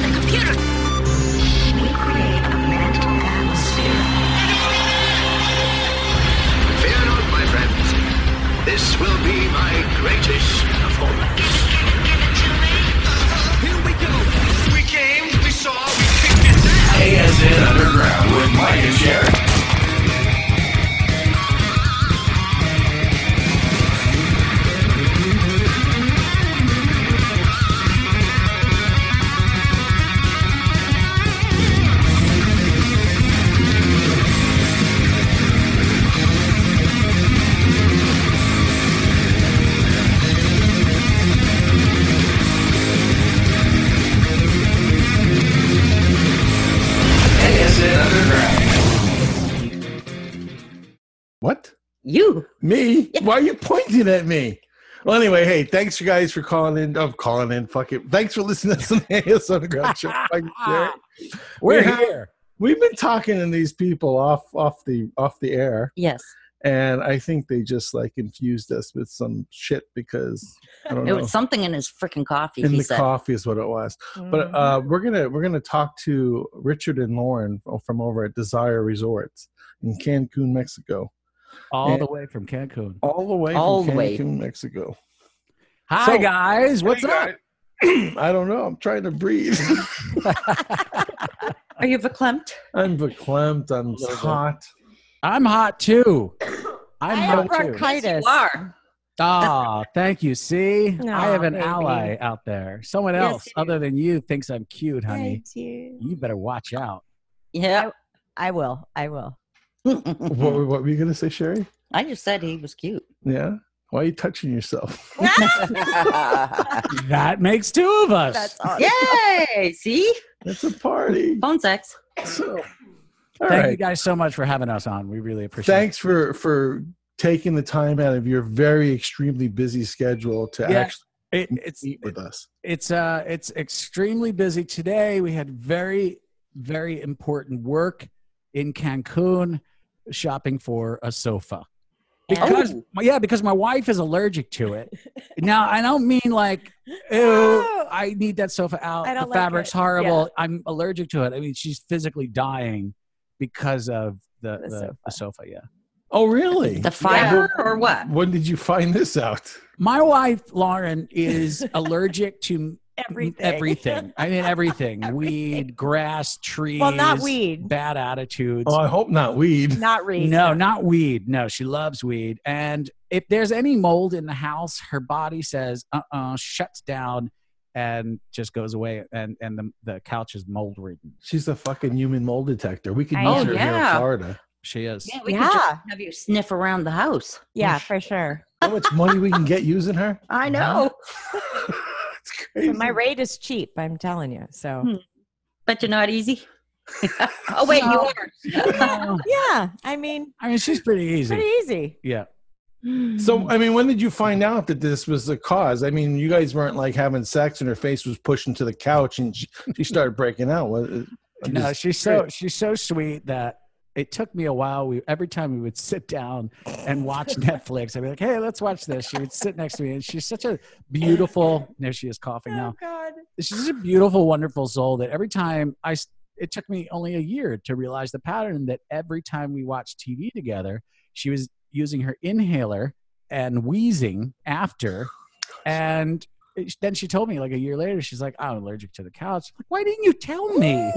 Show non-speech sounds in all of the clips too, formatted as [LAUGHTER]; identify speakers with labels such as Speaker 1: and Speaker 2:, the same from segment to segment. Speaker 1: the computer.
Speaker 2: We create a mental atmosphere.
Speaker 3: Fear not, my friends. This will be my greatest performance. Here we go. We came, we saw, we kicked it down.
Speaker 4: ASN Underground with Mike and Sherry. ASN Underground.
Speaker 5: What?
Speaker 1: You.
Speaker 5: Me? Why are you pointing at me? Well, anyway, hey, thanks you guys for calling in. I'm calling in. Fuck it. Thanks for listening to [LAUGHS] the AS Underground Show. Mike and Jerry.
Speaker 1: [LAUGHS]
Speaker 6: We're
Speaker 5: We have-
Speaker 6: here.
Speaker 5: We've been talking to these people off off the off the air,
Speaker 1: Yes.
Speaker 5: and I think they just like infused us with some shit because I don't
Speaker 1: It
Speaker 5: know.
Speaker 1: was something in his freaking coffee,
Speaker 5: Oh, in
Speaker 1: he
Speaker 5: the
Speaker 1: said. Mm-hmm.
Speaker 5: coffee is what it was. But uh, we're gonna we're gonna talk to Richard and Lauren from over at Desire Resorts in Cancun, Mexico.
Speaker 6: All
Speaker 5: Yeah.
Speaker 6: the way from Cancun.
Speaker 5: All the way
Speaker 1: All
Speaker 5: from
Speaker 1: the way.
Speaker 5: Cancun, Mexico. [CLEARS THROAT]
Speaker 6: Hi
Speaker 5: So-
Speaker 6: guys, what's
Speaker 5: Hey,
Speaker 6: up?
Speaker 5: guy. I don't know. I'm trying to breathe. [LAUGHS]
Speaker 7: Are you verklempt?
Speaker 5: I'm verklempt. I'm
Speaker 6: little bit.
Speaker 5: hot.
Speaker 6: I'm hot too. I'm hot too.
Speaker 7: You are.
Speaker 6: Ah, thank you. See, I
Speaker 7: Aw,
Speaker 6: have an
Speaker 7: baby.
Speaker 6: ally out there. Someone
Speaker 7: Yes,
Speaker 6: else
Speaker 7: you
Speaker 6: other than you thinks I'm cute, honey.
Speaker 7: Thank you.
Speaker 6: You better watch out.
Speaker 1: Yeah.
Speaker 8: I will. I will.
Speaker 5: What, were- what were you gonna say, Sherry?
Speaker 1: [LAUGHS] I just said he was cute.
Speaker 5: Yeah. Why are you touching
Speaker 1: [LAUGHS]
Speaker 5: yourself?
Speaker 1: Yay!
Speaker 6: That makes two of us.
Speaker 8: That's awesome.
Speaker 1: [LAUGHS] See?
Speaker 5: It's a party.
Speaker 1: Phone sex.
Speaker 5: So, all
Speaker 6: Thank you
Speaker 5: right.
Speaker 6: guys so much for having us on. We really appreciate
Speaker 5: Thanks for for taking the time out of your very extremely busy schedule to
Speaker 6: Yeah.
Speaker 5: actually
Speaker 6: it. it it's
Speaker 5: meet with us.
Speaker 6: it's uh it's extremely busy today. We had very very important work in Cancun shopping for a sofa. Because
Speaker 1: Oh.
Speaker 6: yeah, because my wife is allergic to it. now I don't mean like, ew, I need that sofa out.
Speaker 8: Oh. I don't
Speaker 6: the
Speaker 8: like
Speaker 6: fabric's
Speaker 8: it."
Speaker 6: horrible. I'm allergic to it. I mean, she's physically dying because of the the,
Speaker 8: The
Speaker 6: the sofa.
Speaker 8: sofa.
Speaker 6: Yeah,
Speaker 5: Oh, really?
Speaker 1: The fiber.
Speaker 7: or what?
Speaker 5: when did you find this out?
Speaker 6: my wife Lauren
Speaker 8: [LAUGHS]
Speaker 6: is allergic to
Speaker 8: Everything.
Speaker 6: everything. I mean
Speaker 8: [LAUGHS]
Speaker 6: everything. Weed, grass, trees.
Speaker 8: Well, not weed.
Speaker 6: Bad attitudes.
Speaker 5: Oh, I hope not weed.
Speaker 8: Not read.
Speaker 6: No, not weed. No, she loves weed. And if there's any mold in the house, her body says, uh uh shuts down and just goes away. And, and the, the couch is mold ridden.
Speaker 5: She's a fucking human mold detector. We could
Speaker 8: I
Speaker 5: use
Speaker 8: am.
Speaker 5: her here in
Speaker 7: Yeah.
Speaker 5: Florida.
Speaker 6: She is.
Speaker 1: Yeah, we
Speaker 8: Yeah.
Speaker 1: could just have you sniff around the house.
Speaker 8: Yeah, for sure.
Speaker 5: How much money we can get using her?
Speaker 1: I know.
Speaker 5: [LAUGHS] it's crazy.
Speaker 8: And my rate is cheap. I'm telling you. So
Speaker 1: Hmm. Bet you're not easy. oh, wait, you are.
Speaker 6: Uh,
Speaker 8: yeah, I mean,
Speaker 6: [LAUGHS] I mean, she's pretty easy.
Speaker 8: pretty easy.
Speaker 6: yeah.
Speaker 5: So, I mean, when did you find out that this was the cause? I mean, you guys weren't like having sex, and her face was pushing to the couch, and she, she started breaking out. What- uh, I'm
Speaker 6: No,
Speaker 5: just-
Speaker 6: she's so she's so sweet that it took me a while. We every time we would sit down
Speaker 5: [LAUGHS]
Speaker 6: and watch Netflix, I'd be like, "Hey, let's watch this." She would sit next to me, and she's such a beautiful. There she is coughing now.
Speaker 8: Oh, God.
Speaker 6: she's a beautiful, wonderful soul that every time I, s- it took me only a year to realize the pattern that every time we watched TV together, she was using her inhaler and wheezing
Speaker 5: Oh,
Speaker 6: after. And it- then she told me like a year later, she's like, I'm allergic to the couch. Like, Why didn't you tell me?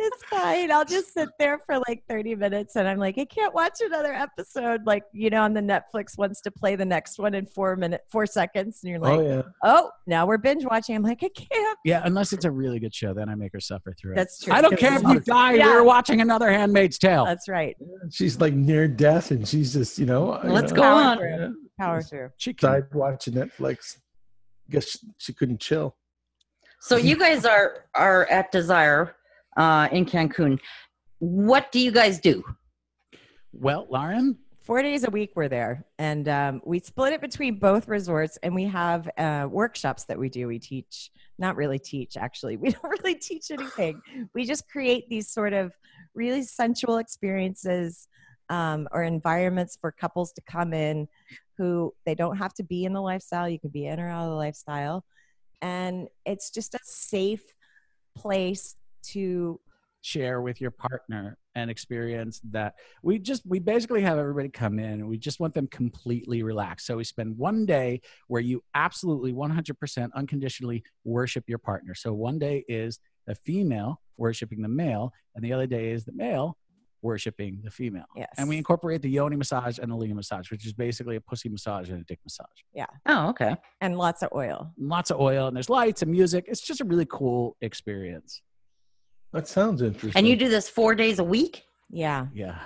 Speaker 8: It's fine. I'll just sit there for like 30 minutes and I'm like, I can't watch another episode. Like, you know, on the Netflix wants to play the next one in four minute four seconds. And you're like,
Speaker 5: oh
Speaker 8: oh,
Speaker 5: yeah,
Speaker 8: now we're binge watching. I'm like, I can't.
Speaker 6: Yeah, unless it's a really good show, then I make her suffer through it.
Speaker 8: That's true.
Speaker 6: I don't care if you die.
Speaker 8: Yeah.
Speaker 6: We're watching another Handmaid's Tale.
Speaker 8: That's right.
Speaker 5: she's like near death, and she's just you know. you
Speaker 1: Let's
Speaker 5: know,
Speaker 1: go
Speaker 8: Power
Speaker 1: on.
Speaker 8: through.
Speaker 5: yeah,
Speaker 8: Power through.
Speaker 6: she can,
Speaker 5: Died watching Netflix. Guess she, she couldn't chill.
Speaker 1: So you guys are are at Desire uh, in Cancun. What do you guys do?
Speaker 6: well, Lauren,
Speaker 8: four days a week we're there and um, we split it between both resorts and we have uh, workshops that we do we teach not really teach actually [LAUGHS] we don't really teach anything we just create these sort of really sensual experiences um, or environments for couples to come in who they don't have to be in the lifestyle you can be in or out of the lifestyle and it's just a safe place to
Speaker 6: share with your partner and experience that we just we basically have everybody come in and we just want them completely relaxed so we spend one day where you absolutely 100% unconditionally worship your partner so one day is the female worshiping the male and the other day is the male worshiping the female
Speaker 8: yes
Speaker 6: and we incorporate the yoni massage and the lina massage which is basically a pussy massage and a dick massage
Speaker 1: Oh, okay.
Speaker 8: and lots of oil
Speaker 6: lots of oil and there's lights and music it's just a really cool experience
Speaker 5: That sounds interesting.
Speaker 1: And you do this four days a week?
Speaker 8: yeah
Speaker 6: yeah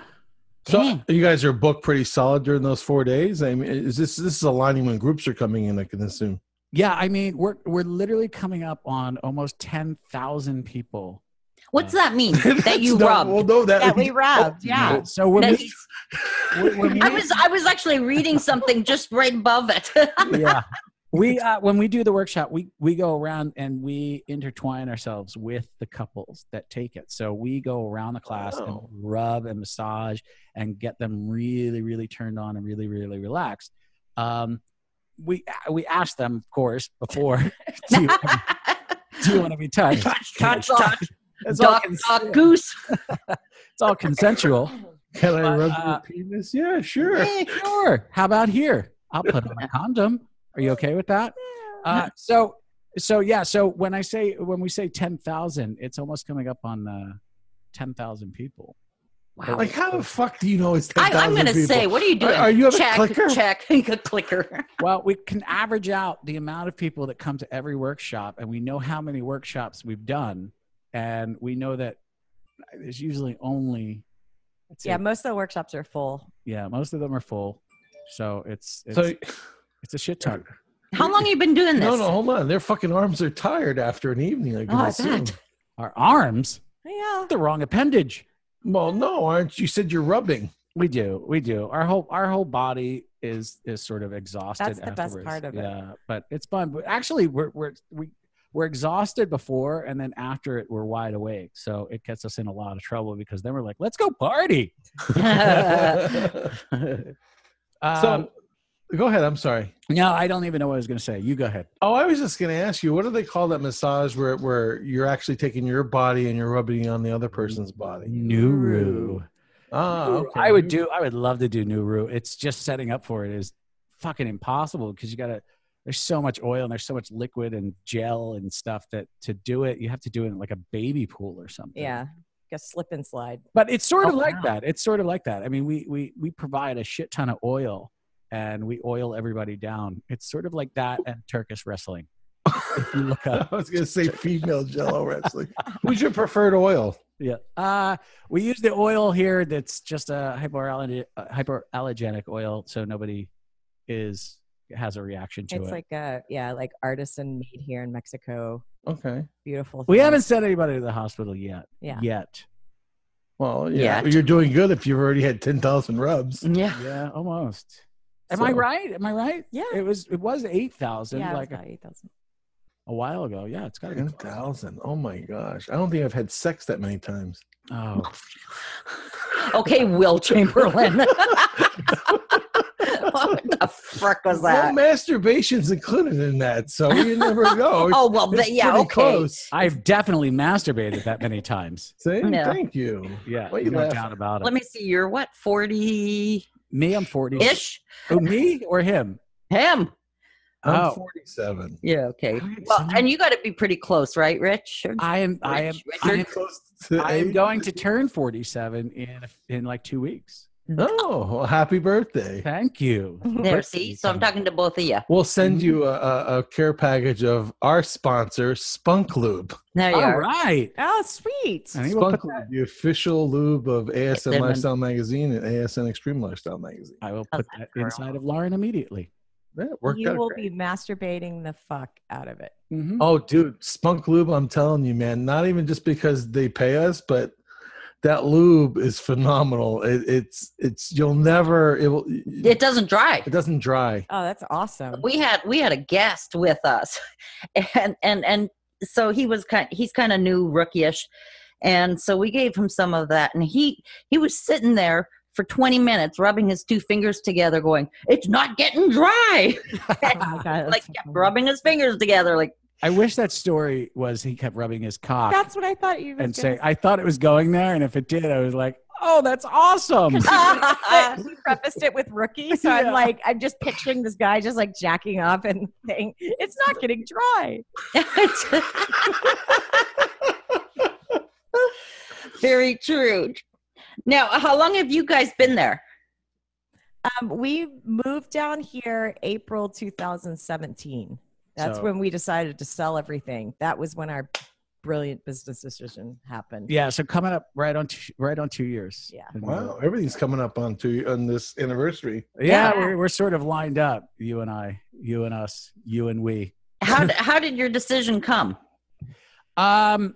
Speaker 5: so
Speaker 1: Dang.
Speaker 5: you guys are booked pretty solid during those four days. I mean, is this this is aligning when groups are coming in? I can assume.
Speaker 6: Yeah, I mean, we're we're literally coming up on almost ten thousand people.
Speaker 1: What's
Speaker 5: [LAUGHS]
Speaker 1: that mean? [LAUGHS] That you
Speaker 5: That's not-
Speaker 1: rubbed?
Speaker 5: Well, no, that,
Speaker 8: that
Speaker 5: [LAUGHS]
Speaker 8: we rubbed yeah
Speaker 6: So we're,
Speaker 1: That-
Speaker 6: meet- we're, we're
Speaker 1: I
Speaker 6: meeting-
Speaker 1: was I was actually reading something just right above it.
Speaker 6: yeah. [LAUGHS] We uh, when we do the workshop, we we go around and we intertwine ourselves with the couples that take it. So we go around the class
Speaker 5: Oh.
Speaker 6: and rub and massage and get them really really turned on and really really relaxed. Um, we we ask them, of course, before [LAUGHS] do you, do you
Speaker 5: [LAUGHS]
Speaker 6: want to be touched?
Speaker 1: touch, touch, touch.
Speaker 6: It's all,
Speaker 1: Duck,
Speaker 6: cons-
Speaker 1: duck, goose.
Speaker 6: it's all consensual.
Speaker 5: Can I
Speaker 6: But,
Speaker 5: rub
Speaker 6: uh,
Speaker 5: your penis? Yeah, sure.
Speaker 6: Yeah, sure. How about here? I'll put
Speaker 5: [LAUGHS]
Speaker 6: on a condom. Are you okay with that? Uh, so, so yeah. So when I say when we say ten thousand, it's almost coming up on uh, ten thousand people.
Speaker 1: Wow.
Speaker 5: Like, how the fuck do you know it's ten
Speaker 1: I, I'm
Speaker 5: thousand
Speaker 1: gonna
Speaker 5: people?
Speaker 1: say, what are you
Speaker 5: Are-
Speaker 1: doing?
Speaker 5: are you have a
Speaker 1: check,
Speaker 5: clicker?
Speaker 1: check, [LAUGHS] a clicker.
Speaker 6: Well, we can average out the amount of people that come to every workshop, and we know how many workshops we've done, and we know that there's usually only I'd say-
Speaker 8: yeah most of the workshops are full
Speaker 6: yeah most of them are full, so it's it's,
Speaker 5: So
Speaker 6: it's a shit ton.
Speaker 1: How long you been doing this?
Speaker 5: no, no, hold on. Their fucking arms are tired after an evening. I can
Speaker 1: Oh, I
Speaker 5: assume.
Speaker 1: bet.
Speaker 6: Our arms,
Speaker 8: yeah
Speaker 6: the wrong appendage.
Speaker 5: Well, no, aren't you said you're
Speaker 1: [LAUGHS]
Speaker 5: rubbing? [LAUGHS]
Speaker 6: We do, we do. Our whole our whole body is is sort of exhausted.
Speaker 8: That's the best
Speaker 6: afterwards.
Speaker 8: part of it.
Speaker 6: Yeah, but it's fun. But actually, we're we're we we're exhausted before, and then after it, we're wide awake. So it gets us in a lot of trouble because then we're like, let's go party.
Speaker 5: so
Speaker 6: Um,
Speaker 5: go ahead. I'm sorry.
Speaker 6: no, I don't even know what I was going to say. You go ahead.
Speaker 5: Oh, I was just going to ask you, what do they call that massage where, where you're actually taking your body and you're rubbing it on the other person's body?
Speaker 6: Nuru.
Speaker 5: Ah, okay.
Speaker 6: I
Speaker 5: [LAUGHS]
Speaker 6: would do. I would love to do Nuru. It's just setting up for it is fucking impossible because you gotta. There's so much oil and there's so much liquid and gel and stuff that to do it, you have to do it in like a baby pool or something.
Speaker 8: yeah like a slip and slide
Speaker 6: But it's sort of
Speaker 1: Oh,
Speaker 6: like
Speaker 1: wow.
Speaker 6: that. It's sort of like that. I mean, we we we provide a shit ton of oil and we oil everybody down. It's sort of like that and Turkish wrestling. If you look up,
Speaker 5: I was going to say female jello wrestling. Who's your preferred oil?
Speaker 6: yeah. Uh, we use the oil here that's just a hypoallergenic, uh, hypoallergenic oil, so nobody is has a reaction to
Speaker 8: it's
Speaker 6: it.
Speaker 8: like a yeah like artisan made here in mexico
Speaker 5: Okay.
Speaker 8: beautiful
Speaker 6: we
Speaker 8: thing.
Speaker 6: haven't sent anybody to the hospital yet.
Speaker 8: yeah
Speaker 6: Yet.
Speaker 5: Well, yeah,
Speaker 1: Yeah. Mm.
Speaker 5: you're doing good if you've already had 10,000 rubs.
Speaker 1: [LAUGHS] Yeah.
Speaker 6: Yeah, almost. Am I
Speaker 5: So-
Speaker 6: right? Am I right?
Speaker 8: yeah
Speaker 6: It was it was eight thousand
Speaker 8: yeah, it was
Speaker 6: like a,
Speaker 8: about 8,000.
Speaker 6: a while ago. Yeah, it's gotta be 12.
Speaker 5: 10,000. Oh my gosh. I don't think I've had sex that many times.
Speaker 6: Oh,
Speaker 1: Okay, Will Chamberlain. [LAUGHS] what the frick was
Speaker 5: Well,
Speaker 1: that?
Speaker 5: masturbation's included in that, so you never know.
Speaker 1: [LAUGHS] Oh well,
Speaker 5: It's
Speaker 1: but, yeah,
Speaker 5: pretty
Speaker 1: okay.
Speaker 5: Close.
Speaker 6: I've definitely masturbated that many times.
Speaker 5: See?
Speaker 1: No.
Speaker 5: Thank you.
Speaker 6: Yeah,
Speaker 5: Why you
Speaker 6: no
Speaker 5: laughing?
Speaker 6: doubt about it.
Speaker 1: Let me see. You're what, forty
Speaker 6: me, I'm forty.
Speaker 1: ish?
Speaker 6: Oh, me or him?
Speaker 1: Him.
Speaker 5: I'm
Speaker 6: Oh.
Speaker 5: 47.
Speaker 1: Yeah. Okay.
Speaker 6: Alright,
Speaker 1: Well,
Speaker 6: so-
Speaker 1: and you got to be pretty close, right, Rich? Or-
Speaker 6: I am. I am.
Speaker 1: Rich,
Speaker 6: I am,
Speaker 1: Richard?
Speaker 5: Close to
Speaker 6: [LAUGHS] I am
Speaker 5: age.
Speaker 6: going to turn forty-seven in in like two weeks.
Speaker 5: Oh, well, happy birthday.
Speaker 6: Thank you.
Speaker 1: [LAUGHS] There. See. So I'm talking to both of you.
Speaker 5: We'll send you a, a, a care package of our sponsor, Spunk Lube.
Speaker 1: There you
Speaker 6: All
Speaker 1: are.
Speaker 6: right.
Speaker 8: oh sweet
Speaker 6: And he will put
Speaker 5: Spunk Lube, the official lube of ASN
Speaker 1: Cinnamon.
Speaker 5: Lifestyle Magazine and ASN Extreme Lifestyle Magazine.
Speaker 6: I will
Speaker 1: Oh,
Speaker 6: put that
Speaker 1: that's
Speaker 6: inside of Lauren immediately.
Speaker 5: That worked
Speaker 8: you
Speaker 5: out
Speaker 8: will be
Speaker 5: great.
Speaker 8: masturbating the fuck out of it
Speaker 6: Mhm.
Speaker 5: Oh, dude, Spunk Lube, I'm telling you, man, not even just because they pay us, but that lube is phenomenal. It, it's it's you'll never it will
Speaker 1: It doesn't dry.
Speaker 5: it doesn't dry.
Speaker 8: Oh, that's awesome.
Speaker 1: We had we had a guest with us, [LAUGHS] and and and so he was kind. He's kind of new, rookyish, and so we gave him some of that, and he he was sitting there for 20 minutes rubbing his two fingers together going it's not getting dry [LAUGHS]
Speaker 8: Oh my [LAUGHS] God, that's
Speaker 1: like
Speaker 8: so
Speaker 1: kept
Speaker 8: funny.
Speaker 1: rubbing his fingers together like [LAUGHS]
Speaker 6: I wish that story was he kept rubbing his cock
Speaker 8: That's what I thought you were
Speaker 6: and saying, I thought it was going there. And if it did, I was like, oh,
Speaker 1: [LAUGHS]
Speaker 6: that's awesome.
Speaker 8: [LAUGHS] but he prefaced it with rookie, so
Speaker 6: Yeah.
Speaker 8: I'm like, I'm just picturing this guy just like jacking up and saying, "It's not getting dry."
Speaker 1: Very true. Now, how long have you guys been there?
Speaker 8: Um, we moved down here April 2017. That's
Speaker 6: So-
Speaker 8: when we decided to sell everything. That was when our brilliant business decision happened. [LAUGHS]
Speaker 6: yeah. So coming up right on, two, right on two years. uh,
Speaker 8: Yeah.
Speaker 5: Wow, everything's coming up on to on this anniversary.
Speaker 6: Yeah.
Speaker 8: Yeah.
Speaker 6: We're, we're sort of lined up. You and I, you and us, you and we.
Speaker 1: How d- how did your decision come?
Speaker 6: Um,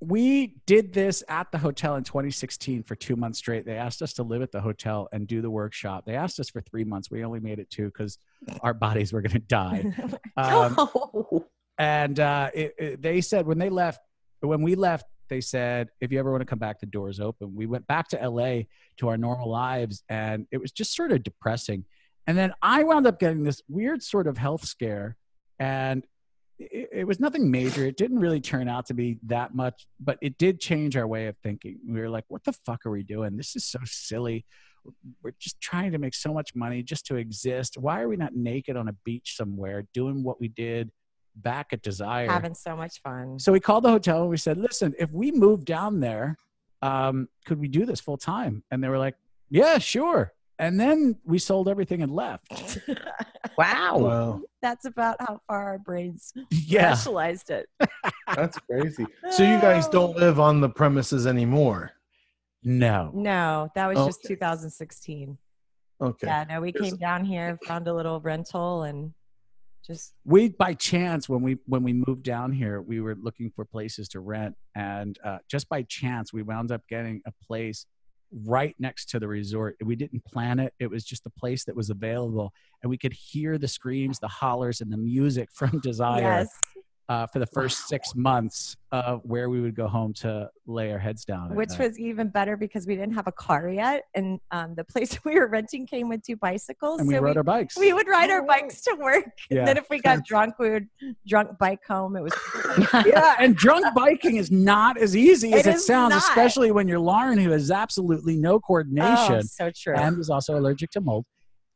Speaker 6: we did this at the hotel in 2016 for two months straight. They asked us to live at the hotel and do the workshop. They asked us for three months. We only made it two because our bodies were going
Speaker 8: [LAUGHS]
Speaker 6: to die. Um,
Speaker 1: [LAUGHS]
Speaker 6: and uh, it, it- they said when they left, when we left, they said, if you ever want to come back, the door's open. We went back to LA to our normal lives, and it was just sort of depressing. And then I wound up getting this weird sort of health scare, and it, it was nothing major. It didn't really turn out to be that much, but it did change our way of thinking. We were like, what the fuck are we doing? This is so silly. We're just trying to make so much money just to exist. Why are we not naked on a beach somewhere doing what we did back at Desire?
Speaker 8: Having so much fun.
Speaker 6: So we called the hotel and we said, listen, if we move down there, um, could we do this full time? And they were like, yeah, sure. And then we sold everything and left.
Speaker 1: Wow.
Speaker 5: Wow,
Speaker 8: That's about how far our brains
Speaker 6: yeah.
Speaker 8: specialized
Speaker 6: [LAUGHS]
Speaker 8: it.
Speaker 5: that's crazy. So you
Speaker 8: [LAUGHS]
Speaker 5: guys don't live on the premises anymore.
Speaker 6: No.
Speaker 8: No, that was just
Speaker 5: Okay.
Speaker 8: 2016.
Speaker 5: Okay.
Speaker 8: Yeah, no, we
Speaker 5: Yes.
Speaker 8: came down here, found a little rental, and just
Speaker 6: We by chance when we when we moved down here, we were looking for places to rent, and uh, just by chance we wound up getting a place right next to the resort. We didn't plan it; it was just the place that was available, and we could hear the screams, the hollers, and the music [LAUGHS] from Desire.
Speaker 8: yes,
Speaker 6: uh, for the first six months of where we would go home to lay our heads down. at
Speaker 8: which
Speaker 6: night.
Speaker 8: was even better because we didn't have a car yet, and um, the place [LAUGHS] we were renting came with two bicycles,
Speaker 6: and we
Speaker 8: so
Speaker 6: rode our bikes.
Speaker 8: we, we would ride
Speaker 6: Oh.
Speaker 8: our bikes to work.
Speaker 6: yeah.
Speaker 8: And then if we got drunk, we would drunk bike home. It was
Speaker 6: [LAUGHS]
Speaker 8: [LAUGHS]
Speaker 6: yeah, and drunk biking is not as easy as
Speaker 8: It
Speaker 6: it,
Speaker 8: is
Speaker 6: sounds,
Speaker 8: not.
Speaker 6: especially when you're Lauren, who has absolutely no
Speaker 8: oh,
Speaker 6: coordination
Speaker 8: so true.
Speaker 6: and is also allergic to mold.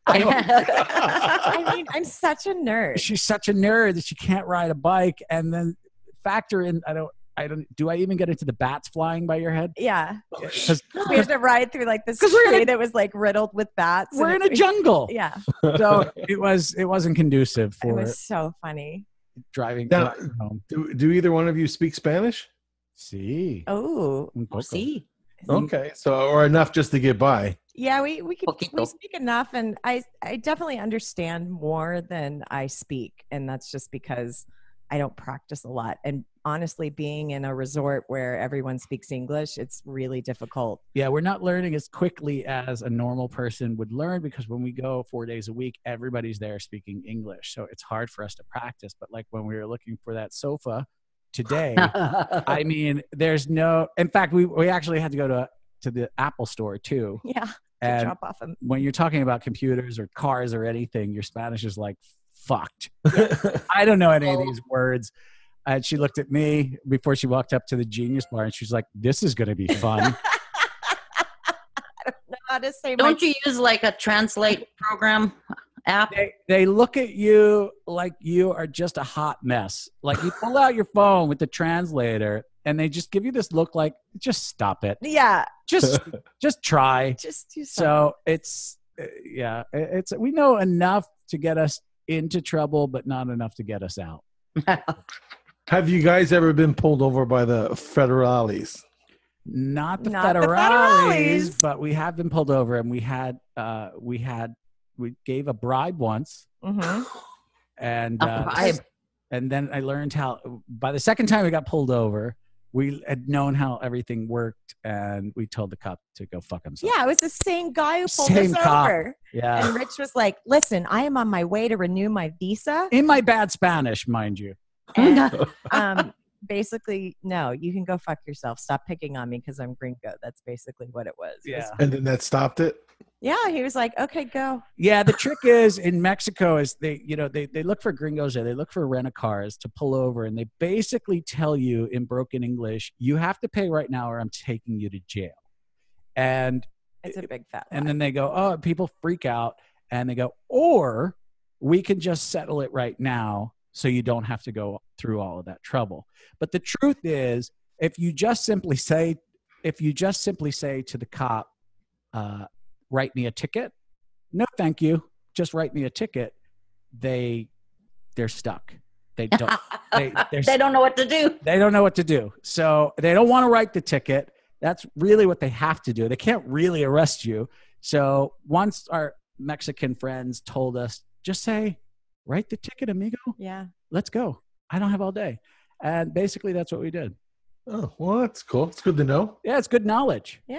Speaker 1: [LAUGHS]
Speaker 8: I mean, I'm such a nerd.
Speaker 6: She's such a nerd that she can't ride a bike. And then factor in, I don't, I don't, do I even get into the bats flying by your
Speaker 8: [LAUGHS]
Speaker 6: head?
Speaker 8: Yeah,
Speaker 6: 'Cause
Speaker 8: we [LAUGHS] had to ride through like this
Speaker 6: [LAUGHS] 'Cause we're in
Speaker 8: tree
Speaker 6: a-
Speaker 8: that was like riddled with bats. and
Speaker 6: we're in
Speaker 8: it
Speaker 6: a
Speaker 8: was-
Speaker 6: jungle.
Speaker 8: Yeah,
Speaker 6: So
Speaker 8: [LAUGHS]
Speaker 6: it was, it wasn't conducive
Speaker 8: it
Speaker 6: for
Speaker 8: was so funny.
Speaker 6: driving
Speaker 5: Now-
Speaker 6: driving home.
Speaker 5: Do, do either one of you speak Spanish?
Speaker 6: See.
Speaker 8: Oh,
Speaker 6: Un poco.
Speaker 1: See,
Speaker 8: Mm-hmm.
Speaker 5: Okay, so or enough just to get by.
Speaker 8: Yeah, we we could we
Speaker 1: Poquito.
Speaker 8: speak enough, and I I definitely understand more than I speak, and that's just because I don't practice a lot. And honestly, being in a resort where everyone speaks English, it's really difficult.
Speaker 6: Yeah, we're not learning as quickly as a normal person would learn because when we go four days a week, everybody's there speaking English. So it's hard for us to practice. But like when we were looking for that sofa today, I mean, there's no, in fact, we, we actually had to go to, to the Apple store too.
Speaker 8: Yeah, to
Speaker 6: And
Speaker 8: drop off a
Speaker 6: when you're talking about computers or cars or anything, your Spanish is like fucked. [LAUGHS] I don't know any of these words. And she looked at me before she walked up to the genius bar and she's like, this is going to be fun.
Speaker 8: how to say my
Speaker 1: don't you use like a translate program
Speaker 8: [LAUGHS]
Speaker 1: app?
Speaker 6: they, they look at you like you are just a hot mess. Like you pull out your phone with the translator and they just give you this look like, just
Speaker 8: [LAUGHS]
Speaker 6: stop it.
Speaker 8: yeah,
Speaker 6: Just, just try.
Speaker 8: just do something.
Speaker 6: So it's, uh, yeah, it- it's, we know enough to get us into trouble, but not enough to get us out.
Speaker 1: [LAUGHS] Oh
Speaker 5: Have you guys ever been pulled over by the federales?
Speaker 6: not the
Speaker 8: Not the
Speaker 6: federales,
Speaker 8: federales.
Speaker 6: but we have been pulled over and we had uh we had we gave a bribe once
Speaker 8: Mhm.
Speaker 6: and
Speaker 1: A
Speaker 6: uh,
Speaker 8: Oh,
Speaker 1: bribe.
Speaker 6: and then i learned how by the second time we got pulled over we had known how everything worked, and we told the cop to go fuck himself.
Speaker 8: Yeah, it was the same guy who pulled
Speaker 6: Same
Speaker 8: us
Speaker 6: cop.
Speaker 8: over.
Speaker 6: yeah.
Speaker 8: And Rich was like, "Listen, I am on my way to renew my
Speaker 6: [LAUGHS]
Speaker 8: visa."
Speaker 6: In my bad Spanish, mind you.
Speaker 8: And, um, basically, no, you can go fuck yourself. Stop picking on me because I'm gringo. That's basically what it was. It was-
Speaker 5: And then that stopped it.
Speaker 8: yeah. He was like, "Okay, go."
Speaker 6: Yeah, the trick is in Mexico is they, you know, they, they look for gringos there. They look for rent a cars to pull over and they basically tell you in broken English, you have to pay right now or I'm taking you to jail. And
Speaker 8: It's a big fat.
Speaker 6: Eh, and
Speaker 8: lie.
Speaker 6: then they go, Oh, people freak out and they go, Or we can just settle it right now so you don't have to go through all of that trouble. But the truth is, if you just simply say if you just simply say to the cop, uh, write me a ticket, no thank you. Just write me a ticket, they they're stuck. They don't They- they're-
Speaker 1: [LAUGHS] they don't know what to do.
Speaker 6: they don't know what to do. So they don't want to write the ticket. That's really what they have to do. They can't really arrest you. So once our Mexican friends told us, just say, write the ticket, amigo.
Speaker 8: yeah.
Speaker 6: Let's go. I don't have all day. And basically, that's what we did.
Speaker 5: Oh, well, that's cool. It's good to know.
Speaker 6: Yeah, it's good knowledge.
Speaker 8: Yeah.
Speaker 6: I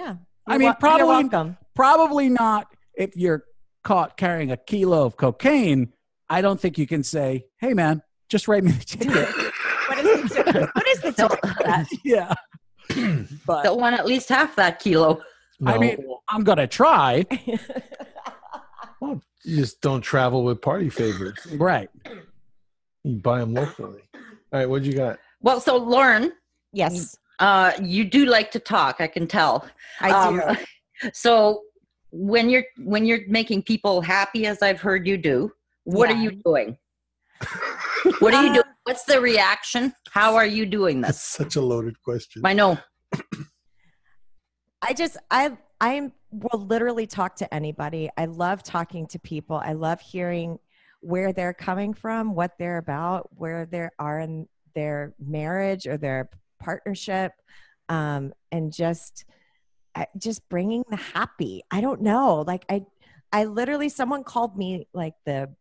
Speaker 8: You're
Speaker 6: mean,
Speaker 8: wel-
Speaker 6: probably-
Speaker 8: You're welcome.
Speaker 6: Probably not if you're caught carrying a kilo of cocaine. I don't think you can say, hey, man, just write me the ticket.
Speaker 8: What is the difference? What is the
Speaker 1: Don't- [LAUGHS]
Speaker 8: difference?
Speaker 6: [LAUGHS] yeah. but
Speaker 1: Don't want at least half that kilo.
Speaker 6: I
Speaker 5: No.
Speaker 6: mean, I'm going to try.
Speaker 5: Well, you just don't travel with party favors.
Speaker 6: Right.
Speaker 5: You buy them locally. All right, what you got?
Speaker 1: Well, so Lauren,
Speaker 8: [LAUGHS] yes,
Speaker 1: uh, you do like to talk. I can tell.
Speaker 8: I do.
Speaker 1: Um, [LAUGHS] so when you're when you're making people happy, as I've heard you do, what
Speaker 8: Yeah.
Speaker 1: are you doing? what are you
Speaker 8: Uh,
Speaker 1: doing? What's the reaction? How are you doing
Speaker 5: That's
Speaker 1: this?
Speaker 5: such a loaded question.
Speaker 1: I know.
Speaker 8: I just I I will literally talk to anybody. I love talking to people. I love hearing where they're coming from, what they're about, where they are in their marriage or their partnership, um, and just I- just bringing the happy. I don't know. Like I I literally someone called me like the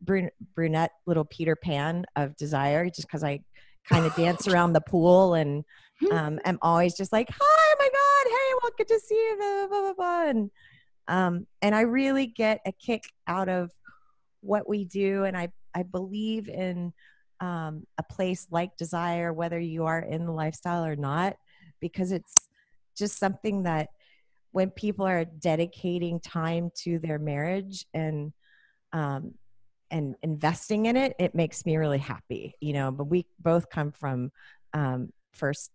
Speaker 8: brun- brunette little Peter Pan of desire, just because I kind of dance around the pool and um, am always just like, "Hi, oh my God! Hey, well, good to see you." Blah blah blah blah. blah. And, um, and I really get a kick out of what we do, and I I believe in um, a place like Desire, whether you are in the lifestyle or not, because it's just something that when people are dedicating time to their marriage and um, and investing in it, it makes me really happy. You know, but we both come from um, first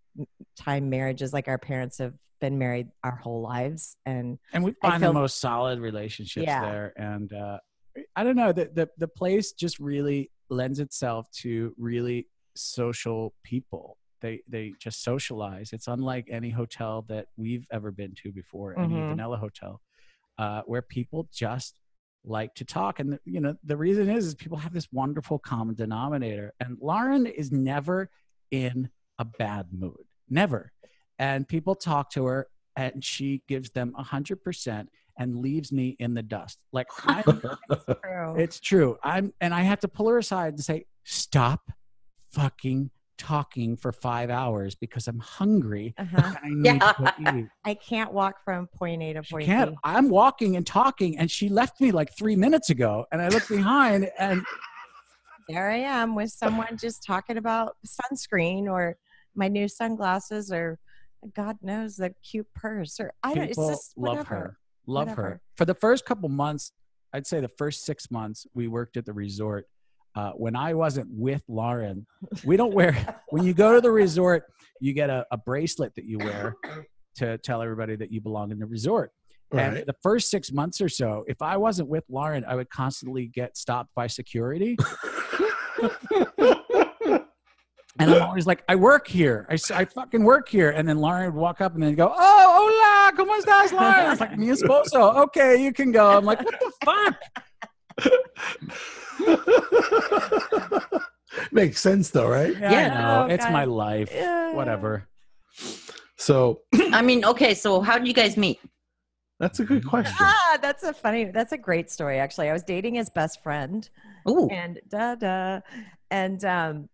Speaker 8: time marriages like our parents have been married our whole lives and
Speaker 6: and we
Speaker 8: I
Speaker 6: find
Speaker 8: feel-
Speaker 6: the most solid relationships
Speaker 8: Yeah.
Speaker 6: there and uh, i don't know the, the the place just really lends itself to really social people they they just socialize it's unlike any hotel that we've ever been to before any
Speaker 8: Mhm.
Speaker 6: vanilla hotel uh, where people just like to talk and you know the reason is is people have this wonderful common denominator and lauren is never in a bad mood never and people talk to her and she gives them a hundred percent and leaves me in the dust like I'm, it's true i'm and i have to pull her aside and say stop fucking talking for five hours because i'm hungry
Speaker 8: uh-huh.
Speaker 6: and i need to go eat
Speaker 8: i can't walk from point a to
Speaker 6: she
Speaker 8: point
Speaker 6: can't
Speaker 8: b
Speaker 6: i'm walking and talking and she left me like three minutes ago and i look behind and
Speaker 8: there i am with someone just talking about sunscreen or my new sunglasses or god knows the cute purse or i don't
Speaker 6: people
Speaker 8: it's just
Speaker 6: love
Speaker 8: whatever
Speaker 6: her love her
Speaker 8: Whatever.
Speaker 6: for the first couple months i'd say the first six months we worked at the resort uh, when i wasn't with lauren we
Speaker 8: [LAUGHS]
Speaker 6: don't wear when you go to the resort you get a, a bracelet that you wear to tell everybody that you belong in the resort and
Speaker 5: Right. [LAUGHS]
Speaker 6: for the first six months or so if i wasn't with lauren i would constantly get stopped by security and i'm always like i work here i, s- I fucking work here and then lauren would walk up and then go oh hola como estás lauren i was like mi esposo okay you can go i'm like what the fuck
Speaker 5: Makes sense though, right?
Speaker 6: Yeah,
Speaker 1: Yeah.
Speaker 6: I know.
Speaker 8: Oh,
Speaker 6: it's
Speaker 8: God.
Speaker 6: my life.
Speaker 8: Yeah.
Speaker 6: Whatever.
Speaker 5: So
Speaker 1: I mean, okay. So how do you guys meet?
Speaker 5: that's a good question.
Speaker 8: ah that's a funny that's a great story actually i was dating his best friend
Speaker 1: Ooh,
Speaker 8: and da da and um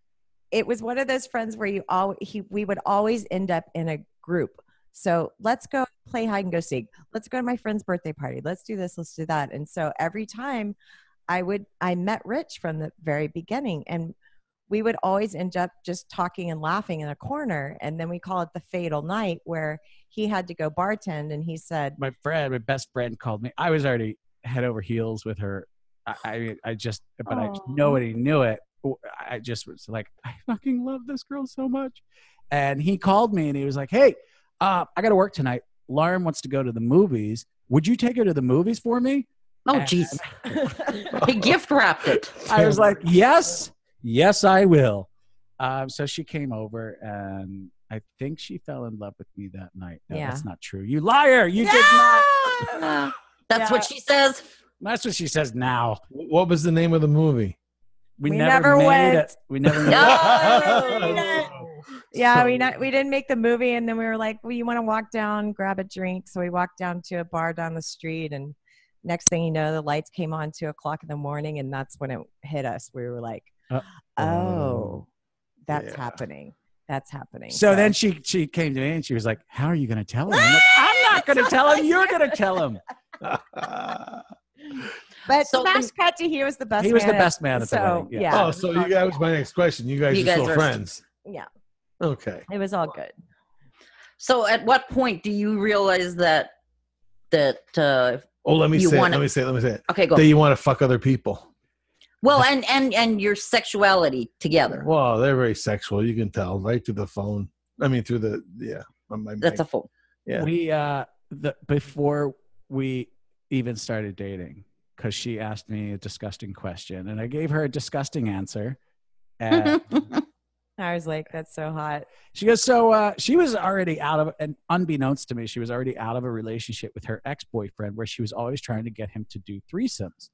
Speaker 8: it was one of those friends where you all he we would always end up in a group. So let's go play hide and go seek. Let's go to my friend's birthday party. Let's do this. Let's do that. And so every time, I would I met Rich from the very beginning, and we would always end up just talking and laughing in a corner. And then we call it the fatal night where he had to go bartend, and he said,
Speaker 6: my friend, my best friend called me. I was already head over heels with her. I, I, mean, I just, but I,
Speaker 7: Aw.
Speaker 6: nobody knew it. I just was like, I fucking love this girl so much. And he called me and he was like, Hey, uh, I got to work tonight. Lauren wants to go to the movies. Would you take her to the movies for me?
Speaker 1: Oh,
Speaker 6: And-
Speaker 1: jeez.
Speaker 6: [LAUGHS]
Speaker 1: He gift wrapped it.
Speaker 6: I was like, yes, yes, I will. Um, so she came over, and I think she fell in love with me that night. No,
Speaker 8: Yeah.
Speaker 6: that's not true. You liar! You did not.
Speaker 1: Uh, that's what
Speaker 8: Yeah.
Speaker 1: she says.
Speaker 6: That's what she says now.
Speaker 5: What was the name of the movie?
Speaker 6: We,
Speaker 8: We
Speaker 6: never,
Speaker 8: never
Speaker 6: made
Speaker 8: went.
Speaker 6: it. We [LAUGHS]
Speaker 5: [LAUGHS]
Speaker 6: never. made
Speaker 1: No.
Speaker 6: it.
Speaker 8: Yeah, we not, we didn't make the movie, and then we were like, "Well, you want to walk down, grab a drink?" So we walked down to a bar down the street, and next thing you know, the lights came on two o'clock in the morning, and that's when it hit us. We were like,
Speaker 6: Uh,
Speaker 8: "Oh, that's
Speaker 5: yeah.
Speaker 8: happening. That's happening."
Speaker 6: So then she she came to me and she was like, "How are you going to tell him?" I'm, [LAUGHS] like, I'm not going to tell him. You're going to tell him.
Speaker 8: but
Speaker 1: So-
Speaker 8: smash cut to he was the best.
Speaker 6: He was the
Speaker 8: man at-
Speaker 6: [LAUGHS] best man at the
Speaker 8: so,
Speaker 6: wedding. Yeah.
Speaker 8: yeah.
Speaker 5: oh, so you, that was my next question. You guys
Speaker 1: You
Speaker 5: are
Speaker 1: guys
Speaker 5: still
Speaker 1: are-
Speaker 5: friends.
Speaker 8: Yeah,
Speaker 5: Okay.
Speaker 8: it was all good.
Speaker 1: So, at what point do you realize that that? Uh,
Speaker 5: Oh, let me
Speaker 1: You
Speaker 5: say. it.
Speaker 1: wanna-
Speaker 5: Let me say. it, Let me say. it.
Speaker 1: okay, go.
Speaker 5: That you want to fuck other people.
Speaker 1: well, and and and your sexuality together.
Speaker 5: Well, they're very sexual. You can tell right through the phone. I mean, through the yeah. On my
Speaker 1: that's a
Speaker 5: mic.
Speaker 1: full.
Speaker 5: Yeah.
Speaker 6: We uh the before we even started dating cuz she asked me a disgusting question and I gave her a disgusting answer.
Speaker 1: Mm-hmm.
Speaker 6: And
Speaker 8: I was like, "That's so hot."
Speaker 6: she goes so uh she was already out of and unbeknownst to me she was already out of a relationship with her ex-boyfriend where she was always trying to get him to do threesomes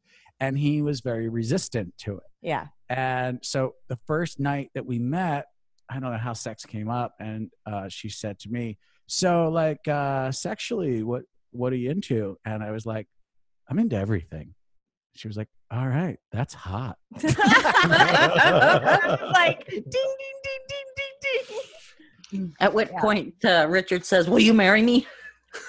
Speaker 6: and he was very resistant to it. [LAUGHS]
Speaker 8: Yeah, [LAUGHS]
Speaker 6: And so the first night that we met, I don't know how sex came up, and uh, she said to me, "So, like, uh, sexually, what what are you into?" And I was like, "I'm into everything." She was like, "All right, that's hot."
Speaker 8: like ding, ding, ding, ding, ding,
Speaker 1: [LAUGHS] At what
Speaker 8: Yeah.
Speaker 1: point uh, Richard says, "Will you marry
Speaker 6: [LAUGHS]
Speaker 1: me?"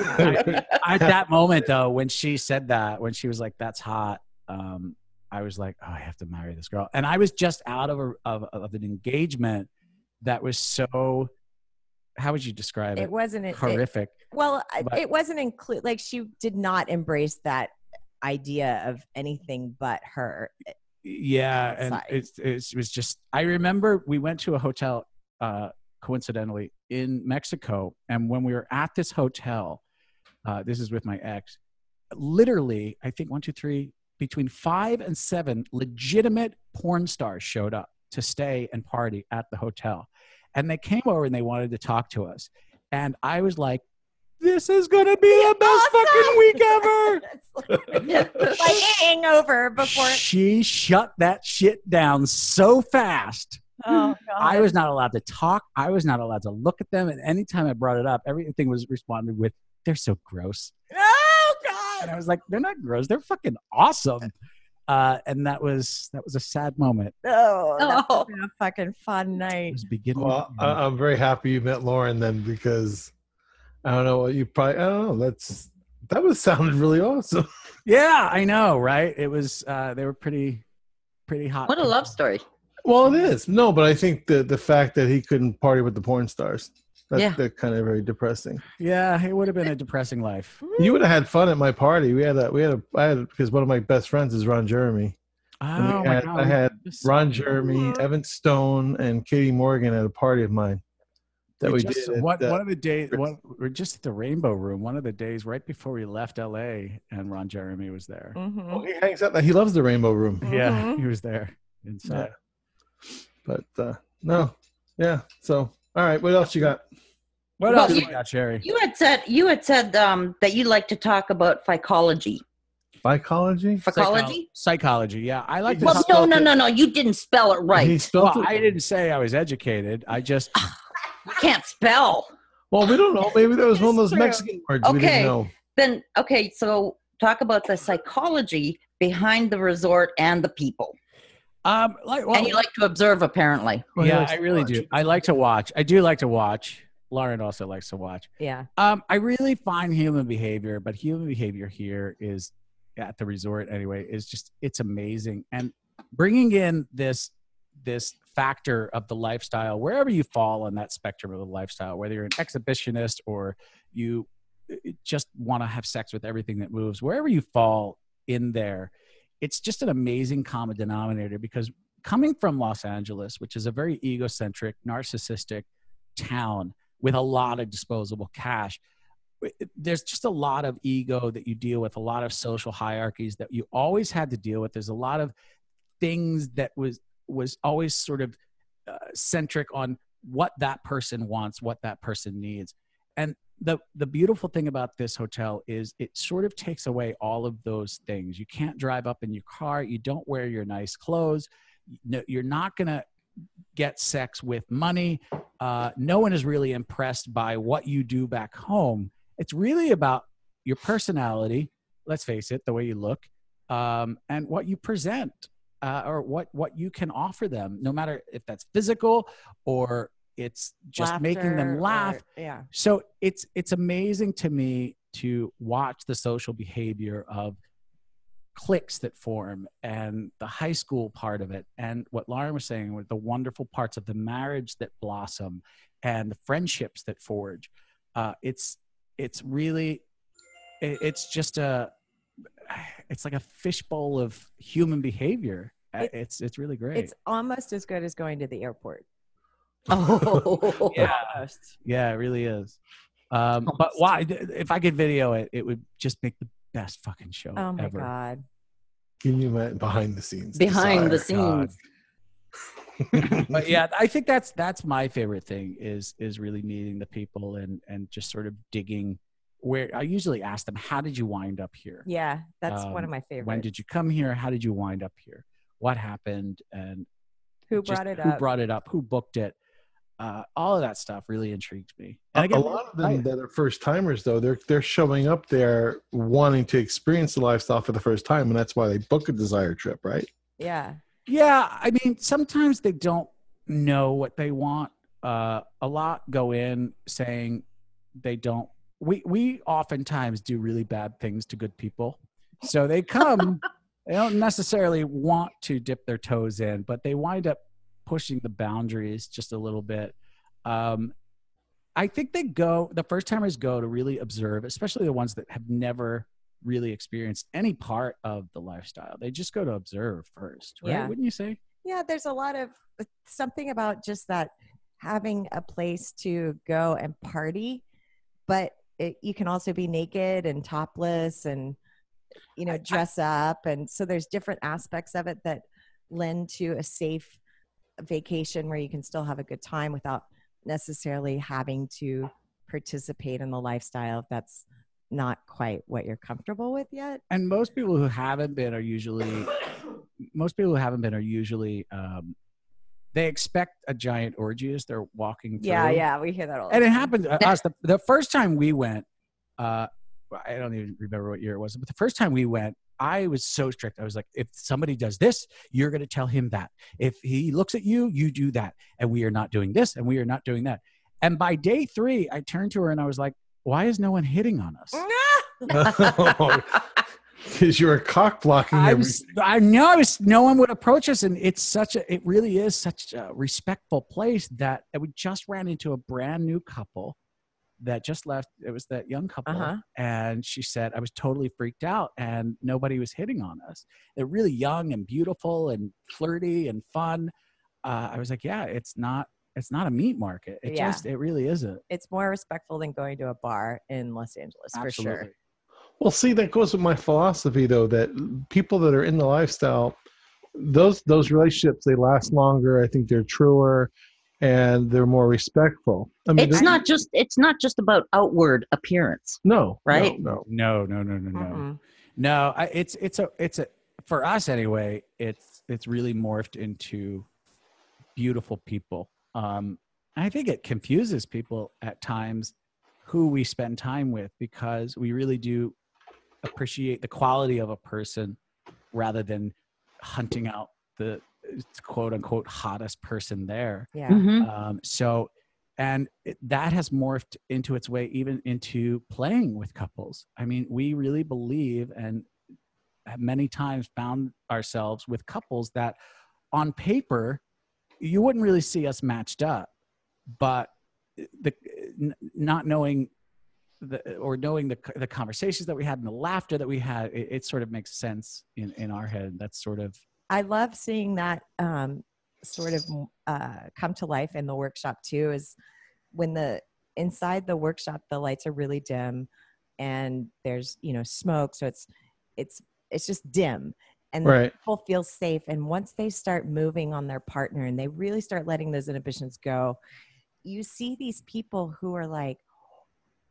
Speaker 6: At that moment, though, when she said that, when she was like, "That's hot," um, I was like, "Oh, I have to marry this girl," and I was just out of a, of, of an engagement that was so. How would you describe
Speaker 8: ding.
Speaker 6: it?
Speaker 8: It wasn't it, it
Speaker 6: Horrific.
Speaker 8: Well, I-
Speaker 6: But-
Speaker 8: it wasn't include like she did not embrace that idea of anything but her.
Speaker 6: yeah and
Speaker 8: outside.
Speaker 6: it's, it's, it was just i remember we went to a hotel uh, coincidentally in mexico and when we were at this hotel uh, this is with my ex literally i think one two three between five and seven legitimate porn stars showed up to stay and party at the hotel and they came over and they wanted to talk to us and i was like this is gonna be the best fucking week ever
Speaker 8: [LAUGHS] It's like
Speaker 1: [LAUGHS] Oh,
Speaker 6: [LAUGHS]
Speaker 8: like hangover before.
Speaker 6: she shut that shit down so fast.
Speaker 8: [LAUGHS] Oh god!
Speaker 6: I was not allowed to talk. I was not allowed to look at them. And anytime I brought it up, everything was responded with, they're so gross.
Speaker 8: oh
Speaker 6: And
Speaker 8: god!
Speaker 6: I was like, they're not gross. They're fucking awesome. Uh, and that was that was a sad moment.
Speaker 8: Oh, that
Speaker 1: Oh.
Speaker 8: was a fucking fun
Speaker 6: It
Speaker 8: night.
Speaker 6: was beginning.
Speaker 5: [LAUGHS] Well, uh, I, I'm very happy you met Lauren then because I don't know. You probably I don't know. That's that was sounded really awesome.
Speaker 6: yeah, I know, right? It was uh, they were pretty pretty hot.
Speaker 1: What a love story.
Speaker 5: Well, it is no, but I think the the fact that he couldn't party with the porn stars. That,
Speaker 1: Yeah.
Speaker 5: that kind of very depressing.
Speaker 6: Yeah, it would have been a depressing life.
Speaker 5: You would have had fun at my party. We had a we had a I had because one of my best friends is Ron Jeremy. And we
Speaker 6: Oh my
Speaker 5: had-
Speaker 6: god.
Speaker 5: I
Speaker 6: we
Speaker 5: had
Speaker 6: just-
Speaker 5: Ron Jeremy, Evan Stone, and Katie Morgan at a party of mine that we,
Speaker 6: just,
Speaker 5: did. at
Speaker 6: One,
Speaker 5: the-
Speaker 6: one of the days, one, we're just at the Rainbow Room. One of the days, right before we left LA, and Ron Jeremy was there.
Speaker 8: Mhm.
Speaker 5: Oh, he hangs out. He loves the Rainbow Room.
Speaker 1: Mm-hmm.
Speaker 6: Yeah,
Speaker 8: Mhm.
Speaker 6: he was there inside.
Speaker 5: But uh, no, yeah. So all right, what else you got?
Speaker 6: What
Speaker 1: Well,
Speaker 6: else you
Speaker 1: you-
Speaker 6: got, Sherry?
Speaker 1: You had said you had said um, that you like to talk about psychology.
Speaker 5: Psychology.
Speaker 1: Psychology.
Speaker 6: Psychology. Yeah, I like to
Speaker 1: Well,
Speaker 6: talk-
Speaker 1: no, no, no, no. You didn't spell it
Speaker 5: He
Speaker 1: right.
Speaker 5: spelled
Speaker 6: well,
Speaker 5: it-
Speaker 6: I didn't say I was educated. I just
Speaker 1: Ah. Can't spell.
Speaker 5: well, we don't know. Maybe that was one of those
Speaker 8: It's true.
Speaker 5: Mexican words we
Speaker 1: Okay.
Speaker 5: didn't know.
Speaker 1: Then okay. So talk about the psychology behind the resort and the people.
Speaker 6: Um, like, well,
Speaker 1: and you like to observe, apparently.
Speaker 5: Well, he
Speaker 6: yeah,
Speaker 5: likes
Speaker 6: I
Speaker 5: to
Speaker 6: really
Speaker 5: watch. [LAUGHS]
Speaker 6: do. I like to watch. I do like to watch. Lauren also likes to watch.
Speaker 8: Yeah.
Speaker 6: Um, I really find human behavior, but human behavior here is at the resort anyway is just it's amazing and bringing in this this factor of the lifestyle wherever you fall on that spectrum of the lifestyle whether you're an exhibitionist or you uh, just want to have sex with everything that moves wherever you fall in there it's just an amazing common denominator because coming from Los Angeles which is a very egocentric narcissistic town with a lot of disposable cash there's just a lot of ego that you deal with a lot of social hierarchies that you always had to deal with there's a lot of things that was was always sort of uh, centric on what that person wants what that person needs and the the beautiful thing about this hotel is it sort of takes away all of those things you can't drive up in your car you don't wear your nice clothes no, you're not going to get sex with money uh, no one is really impressed by what you do back home it's really about your personality let's face it the way you look um, and what you present uh, or what what you can offer them no matter if that's physical or it's just making
Speaker 8: Laughter
Speaker 6: them laugh
Speaker 8: or- yeah.
Speaker 6: so it's it's amazing to me to watch the social behavior of cliques that form and the high school part of it and what lauren was saying with the wonderful parts of the marriage that blossom and the friendships that forge uh, it's it's really it- it's just a it's like a fishbowl of human behavior Uh,
Speaker 8: It's-
Speaker 6: it's it's really great
Speaker 8: It's almost as good as going to the airport.
Speaker 1: Oh,
Speaker 6: [LAUGHS] Yeah.
Speaker 8: Almost.
Speaker 6: Yeah, it really is. Um, but
Speaker 1: Almost.
Speaker 6: why? If I could video it, it would just make the best fucking show
Speaker 8: Oh my
Speaker 6: ever.
Speaker 8: god.
Speaker 5: Give me that behind the scenes.
Speaker 1: [LAUGHS] behind the
Speaker 5: desire.
Speaker 6: God.
Speaker 1: scenes.
Speaker 5: [LAUGHS]
Speaker 6: But yeah, I think that's that's my favorite thing is is really meeting the people and and just sort of digging. Where I usually ask them, "How did you wind up here?
Speaker 8: Yeah, that's one
Speaker 6: Um,
Speaker 8: of my favorites.
Speaker 6: When did you come here? How did you wind up here? What happened? And
Speaker 8: who
Speaker 6: just
Speaker 8: brought it
Speaker 6: Who
Speaker 8: up?
Speaker 6: brought it up? Who booked it? Uh, all of that stuff really intrigued me.
Speaker 5: A-
Speaker 6: And again,
Speaker 5: a lot of them that are first timers though, they're they're showing up there wanting to experience the lifestyle for the first time, and that's why they book a desire trip, [LAUGHS] right?
Speaker 8: yeah.
Speaker 6: Yeah, I mean, sometimes they don't know what they want. Uh, a lot go in saying they don't. We we oftentimes do really bad things to good people, so they come. they don't necessarily want to dip their toes in, but they wind up pushing the boundaries just a little bit. Um, I think they go the first timers go to really observe, especially the ones that have never really experienced any part of the lifestyle. They just go to observe first, right?
Speaker 8: Yeah.
Speaker 6: Wouldn't you say?
Speaker 8: Yeah, there's a lot of uh, something about just that having a place to go and party, but it, you can also be naked and topless and you know dress up and so there's different aspects of it that lend to a safe vacation where you can still have a good time without necessarily having to participate in the lifestyle if that's not quite what you're comfortable with yet.
Speaker 6: And most people who haven't been are usually most people who haven't been are usually um, they expect a giant orgy as they're walking. Through.
Speaker 8: Yeah, yeah, we hear that all. the
Speaker 6: And it
Speaker 8: time.
Speaker 6: happened to us the, the first time we went. Uh, I don't even remember what year it was, but the first time we went, I was so strict. I was like, if somebody does this, you're going to tell him that. If he looks at you, you do that. And we are not doing this, and we are not doing that. And by day three, I turned to her and I was like, why is no one hitting on us?
Speaker 5: Because you're cock blocking
Speaker 6: I'm,
Speaker 5: every
Speaker 6: s- I know I was, no one would approach us, and it's such a, it really is such a respectful place that and we just ran into a brand new couple that just left. It was that young couple,
Speaker 8: Uh-huh.
Speaker 6: and she said I was totally freaked out, and nobody was hitting on us. They're really young and beautiful and flirty and fun. Uh, I was like, yeah, it's not, it's not a meat market. It
Speaker 8: Yeah.
Speaker 6: just, it really isn't.
Speaker 8: it's more respectful than going to a bar in Los Angeles for sure.
Speaker 6: Absolutely.
Speaker 5: Well, see, that goes with my philosophy, though, that people that are in the lifestyle, those those relationships they last longer. I think they're truer, and they're more respectful. I mean,
Speaker 1: It's
Speaker 5: they're-
Speaker 1: not just it's not just about outward appearance.
Speaker 5: no,
Speaker 1: right?
Speaker 5: No,
Speaker 6: No, no, no, no, no.
Speaker 8: Mm-mm.
Speaker 6: No, I, it's it's a it's a for us anyway. It's it's really morphed into beautiful people. Um, I think it confuses people at times who we spend time with because we really do appreciate the quality of a person rather than hunting out the quote unquote hottest person there.
Speaker 8: Yeah.
Speaker 1: Mm-hmm.
Speaker 6: Um, so, and it, that has morphed into its way even into playing with couples. I mean, we really believe and have many times found ourselves with couples that on paper, you wouldn't really see us matched up, but the n- not knowing the, or knowing the, the conversations that we had and the laughter that we had, it, it sort of makes sense in, in our head. That's sort of
Speaker 8: I love seeing that um, sort of uh, come to life in the workshop too. Is when the inside the workshop the lights are really dim, and there's you know smoke, so it's it's it's just dim, and the
Speaker 5: Right.
Speaker 8: people feel safe. And once they start moving on their partner, and they really start letting those inhibitions go, you see these people who are like.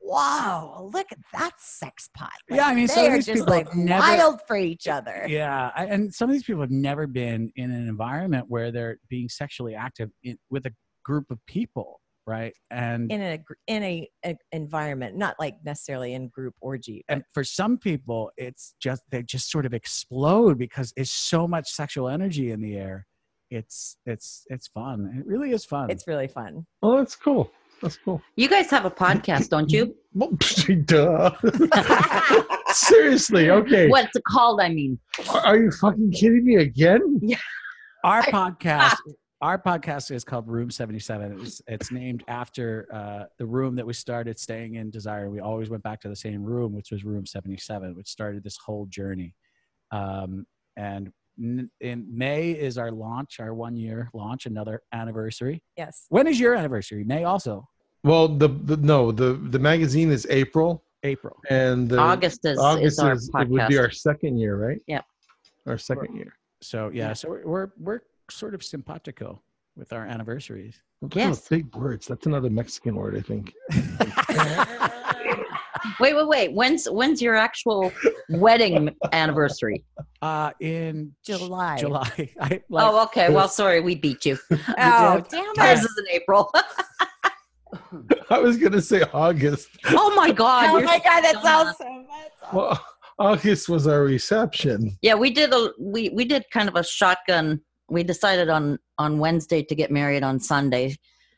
Speaker 8: Wow! Look at that sex pot. Like,
Speaker 6: Yeah, I mean,
Speaker 8: they
Speaker 6: some of
Speaker 8: are
Speaker 6: these
Speaker 8: just
Speaker 6: people
Speaker 8: like
Speaker 6: have never-
Speaker 8: wild for each [LAUGHS] other.
Speaker 6: Yeah, I, and some of these people have never been in an environment where they're being sexually active in, with a group of people, right? And
Speaker 8: in a gr- in a, a environment, not like necessarily in group orgy.
Speaker 6: and for some people, it's just they just sort of explode because it's so much sexual energy in the air. It's it's it's fun. It really is fun.
Speaker 8: It's really fun.
Speaker 5: Oh, that's cool. That's cool.
Speaker 1: You guys have a podcast, don't you?
Speaker 5: Well, [LAUGHS] Duh. [LAUGHS] Seriously, okay.
Speaker 1: What's it called? I mean,
Speaker 5: Are you fucking kidding me again?
Speaker 6: our podcast. Our podcast is called Room Seventy Seven. It's, it's named after uh, the room that we started staying in Desire. We always went back to the same room, which was Room Seventy Seven, which started this whole journey. Um, and n- in May is our launch, our one year launch, another anniversary.
Speaker 8: Yes.
Speaker 6: When is your anniversary? May also
Speaker 5: Well, the, the no, the the magazine is April,
Speaker 6: April.
Speaker 5: and the
Speaker 1: August is, is our
Speaker 5: it would be
Speaker 1: podcast.
Speaker 5: our second year, right?
Speaker 1: Yep.
Speaker 5: Our second year.
Speaker 6: So yeah,
Speaker 1: Yeah.
Speaker 6: so we're, we're we're sort of simpatico with our anniversaries.
Speaker 5: [LAUGHS] Those are
Speaker 1: Yes.
Speaker 5: Big words. That's another Mexican word, I think. [LAUGHS]
Speaker 1: wait, wait, wait. When's when's your actual wedding anniversary?
Speaker 6: Uh, in J-
Speaker 8: July.
Speaker 6: July. [LAUGHS] I, [LAUGHS] like,
Speaker 1: Oh, okay. Well, sorry, we beat
Speaker 6: [LAUGHS]
Speaker 1: you.
Speaker 8: Oh, damn
Speaker 1: Ours
Speaker 8: it.
Speaker 1: is in April. [LAUGHS]
Speaker 5: I was gonna say August.
Speaker 1: oh my God.
Speaker 8: Oh
Speaker 1: you're
Speaker 8: my god, that
Speaker 1: so
Speaker 8: sounds
Speaker 1: nuts.
Speaker 8: so much.
Speaker 5: Well, August was our reception.
Speaker 1: Yeah, we did a we we did kind of a shotgun. We decided on on Wednesday to get married on Sunday,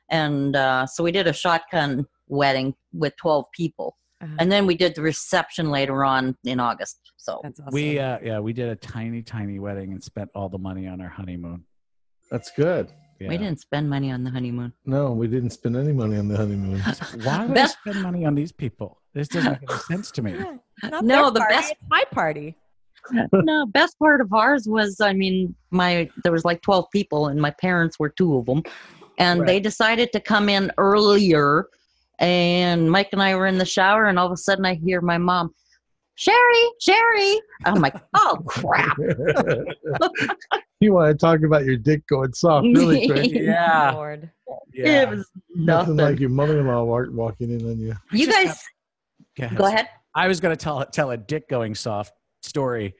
Speaker 1: and uh, so we did a shotgun wedding with twelve people,
Speaker 8: Uh-huh.
Speaker 1: and then we did the reception later on in August. So
Speaker 8: That's awesome.
Speaker 6: We uh, yeah, we did a tiny, tiny wedding and spent all the money on our honeymoon.
Speaker 5: That's good.
Speaker 6: Yeah.
Speaker 1: we didn't spend money on the honeymoon.
Speaker 5: No, we didn't spend any money on the honeymoon.
Speaker 1: [LAUGHS]
Speaker 5: [LAUGHS]
Speaker 6: Why would I
Speaker 1: Best-
Speaker 6: spend money on these people? This doesn't
Speaker 1: [LAUGHS]
Speaker 6: make any sense to me.
Speaker 8: Yeah, not their
Speaker 1: No, the
Speaker 8: party,
Speaker 1: best-
Speaker 8: it's my party.
Speaker 1: no, best part of ours was I mean, my there was like 12 people and my parents were two of them and they decided to come in earlier and Mike and I were in the shower and all of a sudden I hear my mom, "Sherry, Sherry." I'm like, [LAUGHS] "Oh crap."
Speaker 5: you want to talk about your dick going soft really
Speaker 1: [LAUGHS]
Speaker 5: quick?
Speaker 6: [LAUGHS] Yeah,
Speaker 8: Lord.
Speaker 1: It was
Speaker 5: Nothing
Speaker 1: nothing.
Speaker 5: like your mother-in-law wa- walking in on [LAUGHS] you.
Speaker 1: you
Speaker 6: Just
Speaker 1: guys go ahead.
Speaker 6: I was gonna tell tell a dick going soft story.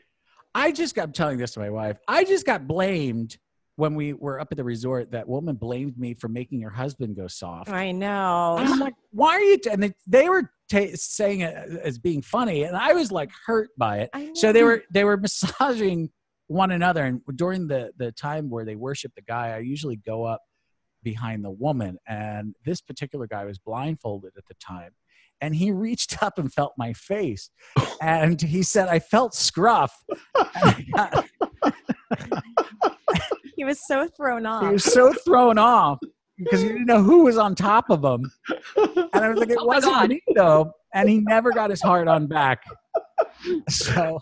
Speaker 6: I just got I'm telling this to my wife. I just got blamed when we were up at the resort. That woman blamed me for making her husband go soft.
Speaker 8: I know.
Speaker 6: [LAUGHS] I'm like, why are you? T-? And they, they were ta saying it uh, as being funny, and I was like hurt by it.
Speaker 8: I know.
Speaker 6: So they were
Speaker 1: [LAUGHS]
Speaker 6: they were massaging one another, and during the the time where they worship the guy, I usually go up behind the woman, and this particular guy was blindfolded at the time, and he [LAUGHS] reached up and felt my face, and he said, "I felt scruff." [LAUGHS]
Speaker 8: He was so thrown
Speaker 6: he
Speaker 8: off.
Speaker 6: was [LAUGHS] so thrown off because he didn't know who was on top of him. And I was like, it
Speaker 1: Oh my
Speaker 6: wasn't
Speaker 1: God.
Speaker 6: me though. And he never got his heart on back. So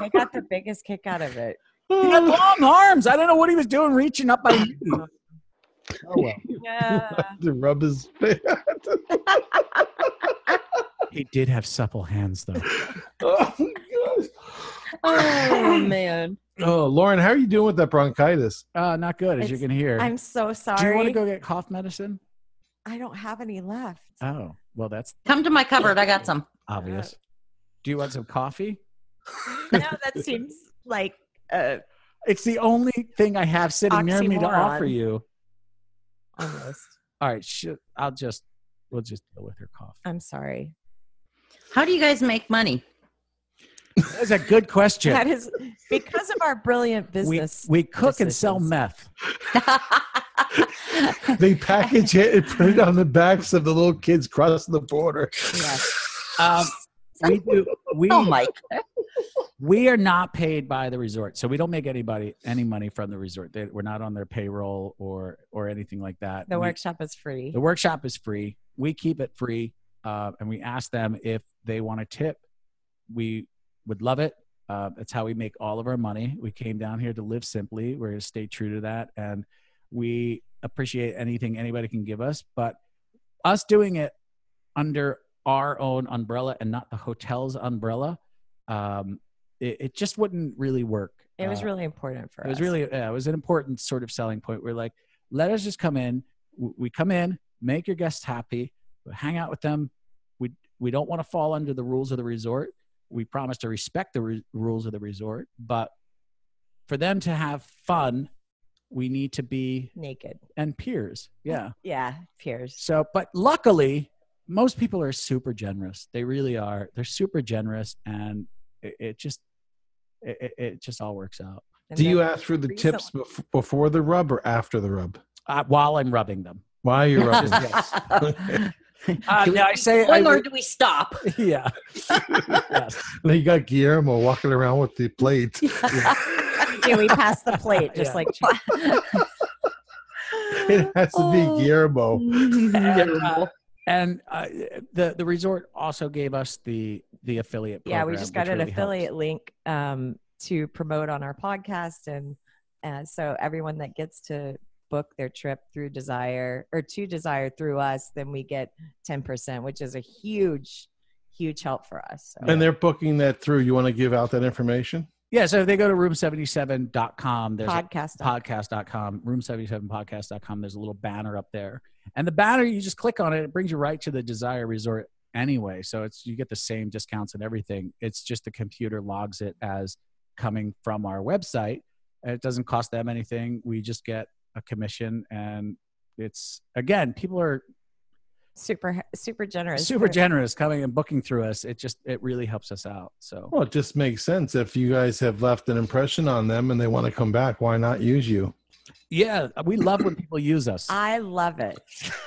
Speaker 8: I got the biggest kick out of
Speaker 6: [LAUGHS]
Speaker 8: it.
Speaker 6: he had long arms. I don't know what he was doing reaching up by me. Oh, well.
Speaker 8: Yeah.
Speaker 5: Oh,
Speaker 6: [LAUGHS]
Speaker 5: to rub his face. [LAUGHS]
Speaker 6: He did have supple hands though.
Speaker 5: oh, my gosh.
Speaker 8: [LAUGHS] oh man.
Speaker 5: Oh, Lauren, how are you doing with that bronchitis?
Speaker 6: [LAUGHS] Uh, not good, as you
Speaker 8: It's-
Speaker 6: can hear.
Speaker 8: I'm so
Speaker 6: Do you
Speaker 8: sorry.
Speaker 6: want to go get cough medicine?
Speaker 8: I don't have any
Speaker 6: [LAUGHS]
Speaker 8: left.
Speaker 6: Oh, well, that's
Speaker 1: Come to my cupboard. I got some.
Speaker 6: obvious. Uh, Do you want some coffee?
Speaker 8: no, that seems like uh
Speaker 6: It's the only thing I have sitting near me to
Speaker 8: Oxymoron.
Speaker 6: offer you.
Speaker 8: almost.
Speaker 6: All right, shit, I'll just we'll just deal with her cough.
Speaker 8: I'm sorry.
Speaker 1: How do you guys make money?
Speaker 6: That's a good
Speaker 8: [LAUGHS]
Speaker 6: question.
Speaker 8: That is because of our brilliant
Speaker 6: [LAUGHS] we,
Speaker 8: business.
Speaker 6: we cook and sell
Speaker 8: decisions.
Speaker 6: meth.
Speaker 5: They package it and put it on the backs of the little kids crossing the border. Uh,
Speaker 8: Yes.
Speaker 6: Um, [LAUGHS] we do.
Speaker 1: [LAUGHS]
Speaker 6: We
Speaker 1: oh, Mike.
Speaker 6: we are not paid by the resort, so we don't make anybody any money from the resort. They, we're not on their payroll or or anything like that.
Speaker 8: The
Speaker 6: We-
Speaker 8: workshop is free.
Speaker 6: The workshop is free. We keep it free, uh, and we ask them if they want a tip. We would love it. Uh, that's how we make all of our money. We came down here to live simply. We're going to stay true to that, and we appreciate anything anybody can give us. But us doing it under our own umbrella and not the hotel's umbrella, um, it, it just wouldn't really work.
Speaker 8: It was
Speaker 6: Uh,
Speaker 8: really important for
Speaker 6: it
Speaker 8: us.
Speaker 6: was really yeah, it was an important sort of selling point. We're like, let us just come in. W- We come in, make your guests happy, hang out with them. We we don't want to fall under the rules of the resort. We promise to respect the re- rules of the resort, but for them to have fun, we need to be
Speaker 8: naked.
Speaker 6: and peers. Yeah.
Speaker 8: Yeah, peers.
Speaker 6: So, but luckily, most people are super generous. They really are. They're super generous, and it, it just it, it- it just all works out
Speaker 8: And
Speaker 5: Do you
Speaker 8: then-
Speaker 5: ask for the
Speaker 8: Freeze
Speaker 5: tips bef- before the rub or after the rub?
Speaker 6: uh, while I'm rubbing them.
Speaker 5: Why
Speaker 8: [LAUGHS]
Speaker 5: you're rubbing?
Speaker 1: [LAUGHS]
Speaker 6: Uh,
Speaker 1: Do
Speaker 6: no, I
Speaker 1: we
Speaker 6: say-
Speaker 1: swing
Speaker 6: I
Speaker 1: or
Speaker 6: would-
Speaker 1: do we stop?
Speaker 6: [LAUGHS] yeah. yes.
Speaker 5: Now you got Guillermo walking around with
Speaker 8: [LAUGHS]
Speaker 5: the plate. [LAUGHS]
Speaker 8: We do. We pass the plate just
Speaker 6: uh, [LAUGHS] Yeah.
Speaker 8: like [LAUGHS]
Speaker 5: It has to
Speaker 1: Oh.
Speaker 8: [LAUGHS]
Speaker 5: be Guillermo.
Speaker 6: And, uh, and uh, the the resort also gave us the the affiliate.
Speaker 8: yeah, we
Speaker 6: program,
Speaker 8: just got
Speaker 6: which
Speaker 8: an
Speaker 6: really helps.
Speaker 8: affiliate link um, to promote on our podcast, and uh, so everyone that gets to book their trip through Desire or to Desire through us, then we get ten percent, which is a huge, huge help for us. So.
Speaker 5: And they're booking that through. You want to give out that information?
Speaker 6: Yeah, so if they go to room77.com, there's a
Speaker 8: podcast.
Speaker 6: podcast.com, room77podcast.com, there's a little banner up there. And the banner, you just click on it, it brings you right to the Desire Resort anyway. So it's you get the same discounts and everything. It's just the computer logs it as coming from our website. And it doesn't cost them anything. We just get a commission and it's again, people are
Speaker 8: super, super generous.
Speaker 6: super
Speaker 8: for-
Speaker 6: generous coming and booking through us. It just it really helps us out. So
Speaker 5: Well, it just makes sense if you guys have left an impression on them and they want to come back. Why not use you?
Speaker 6: yeah, we love when people use us.
Speaker 8: I love
Speaker 6: [LAUGHS]
Speaker 8: it.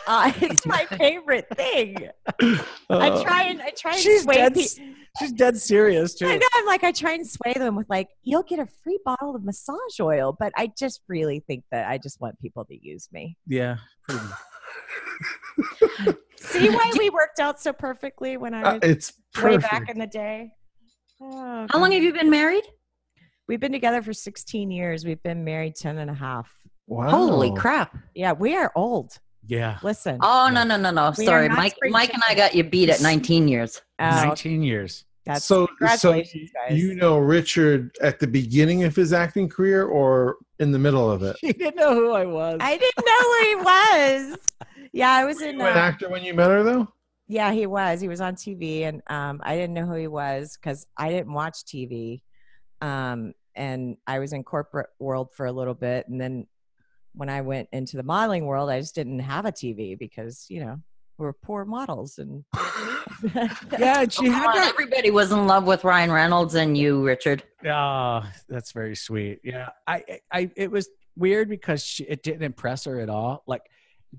Speaker 8: Uh, it's my favorite thing.
Speaker 5: Uh,
Speaker 8: I try and I try and
Speaker 6: Uh, She's
Speaker 8: sway
Speaker 6: dead,
Speaker 8: pe-
Speaker 6: s- she's dead serious too.
Speaker 8: I know. I'm like, I try and sway them with like, you'll get a free bottle of massage oil, but I just really think that I just want people to use me.
Speaker 6: Yeah. pretty much.
Speaker 8: See [LAUGHS] why we worked out so perfectly when I
Speaker 5: Uh,
Speaker 8: was
Speaker 5: it's
Speaker 8: way
Speaker 5: perfect.
Speaker 8: back in the day. Oh,
Speaker 1: How long
Speaker 8: God.
Speaker 1: have you been married?
Speaker 8: We've been together for 16 years. We've been married 10 and a half.
Speaker 5: Wow.
Speaker 8: Oh.
Speaker 1: Holy crap.
Speaker 8: Yeah, we are old.
Speaker 6: Yeah.
Speaker 8: Listen.
Speaker 1: Oh, no, no, no, no.
Speaker 8: We are
Speaker 1: Sorry.
Speaker 8: not
Speaker 1: Mike,
Speaker 8: spring
Speaker 1: Mike and I
Speaker 8: chickens.
Speaker 1: got you beat at 19 years.
Speaker 8: Oh,
Speaker 6: 19 years.
Speaker 8: that's
Speaker 5: so, so
Speaker 8: congratulations, guys. [LAUGHS]
Speaker 5: you know Richard at the beginning of his acting career or in the middle of it?
Speaker 6: She didn't know who I was.
Speaker 8: I didn't know who he was. Yeah, I was
Speaker 5: Were
Speaker 8: in.
Speaker 5: you an
Speaker 8: uh,
Speaker 5: actor when you met her, though?
Speaker 8: Yeah, he was. He was on TV, and um, I didn't know who he was because I didn't watch TV. Um, and I was in corporate world for a little bit, and then when I went into the modeling world, I just didn't have a TV because you know we're poor models, and [LAUGHS]
Speaker 6: yeah, and she
Speaker 1: Come
Speaker 6: had
Speaker 1: on,
Speaker 6: that.
Speaker 1: everybody was in love with Ryan Reynolds and you, Richard.
Speaker 6: Oh, that's very sweet. Yeah. I, I- I, it was weird because she, it didn't impress her at all. Like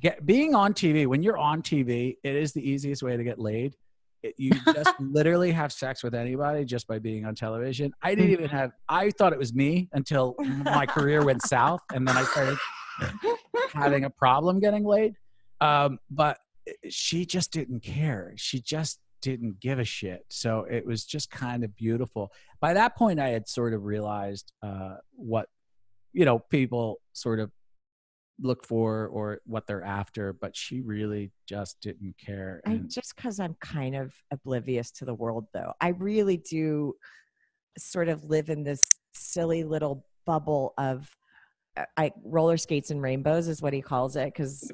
Speaker 6: get, being on TV, when you're on TV, it is the easiest way to get laid. It, you just literally have sex with anybody just by being on television. I didn't even have, I thought it was me until my career went south. And then I started having a problem getting laid. Um, but she just didn't care. She just didn't give a shit. So it was just kind of beautiful. By that point, I had sort of realized uh, what you know people sort of look for or what they're after. But she really just didn't care.
Speaker 8: I,
Speaker 6: And
Speaker 8: just because I'm kind of oblivious to the world, though, I really do sort of live in this silly little bubble of uh, I roller skates and rainbows is what he calls it because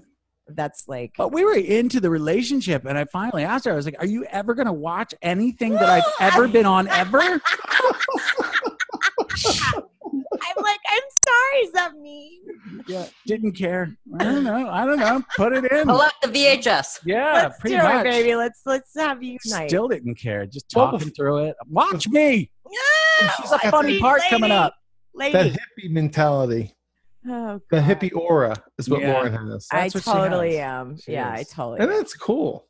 Speaker 8: that's like
Speaker 6: but we were into the relationship, and I finally asked her. I was like, "Are you ever going to watch anything that I've ever been on ever?"
Speaker 8: I'm like I'm sorry, is that mean?
Speaker 6: yeah, didn't care. I don't know. I don't know. Put it in.
Speaker 1: Pull out the VHS.
Speaker 6: Yeah,
Speaker 8: Let's
Speaker 6: pretty
Speaker 8: do
Speaker 6: much.
Speaker 8: it, baby. Let's let's have you night.
Speaker 6: Still didn't care. Just
Speaker 5: Well,
Speaker 6: talking
Speaker 5: bef-
Speaker 6: through it. Watch me. She's a funny part coming up.
Speaker 5: That
Speaker 8: Lady.
Speaker 5: hippie mentality,
Speaker 8: Oh,
Speaker 5: the
Speaker 8: God.
Speaker 5: hippie aura is what
Speaker 6: Yeah.
Speaker 5: Lauren has.
Speaker 8: I
Speaker 6: That's what she
Speaker 8: totally
Speaker 6: has.
Speaker 8: am.
Speaker 6: She
Speaker 8: yeah, I
Speaker 6: is.
Speaker 8: totally.
Speaker 5: And
Speaker 8: am.
Speaker 5: that's cool.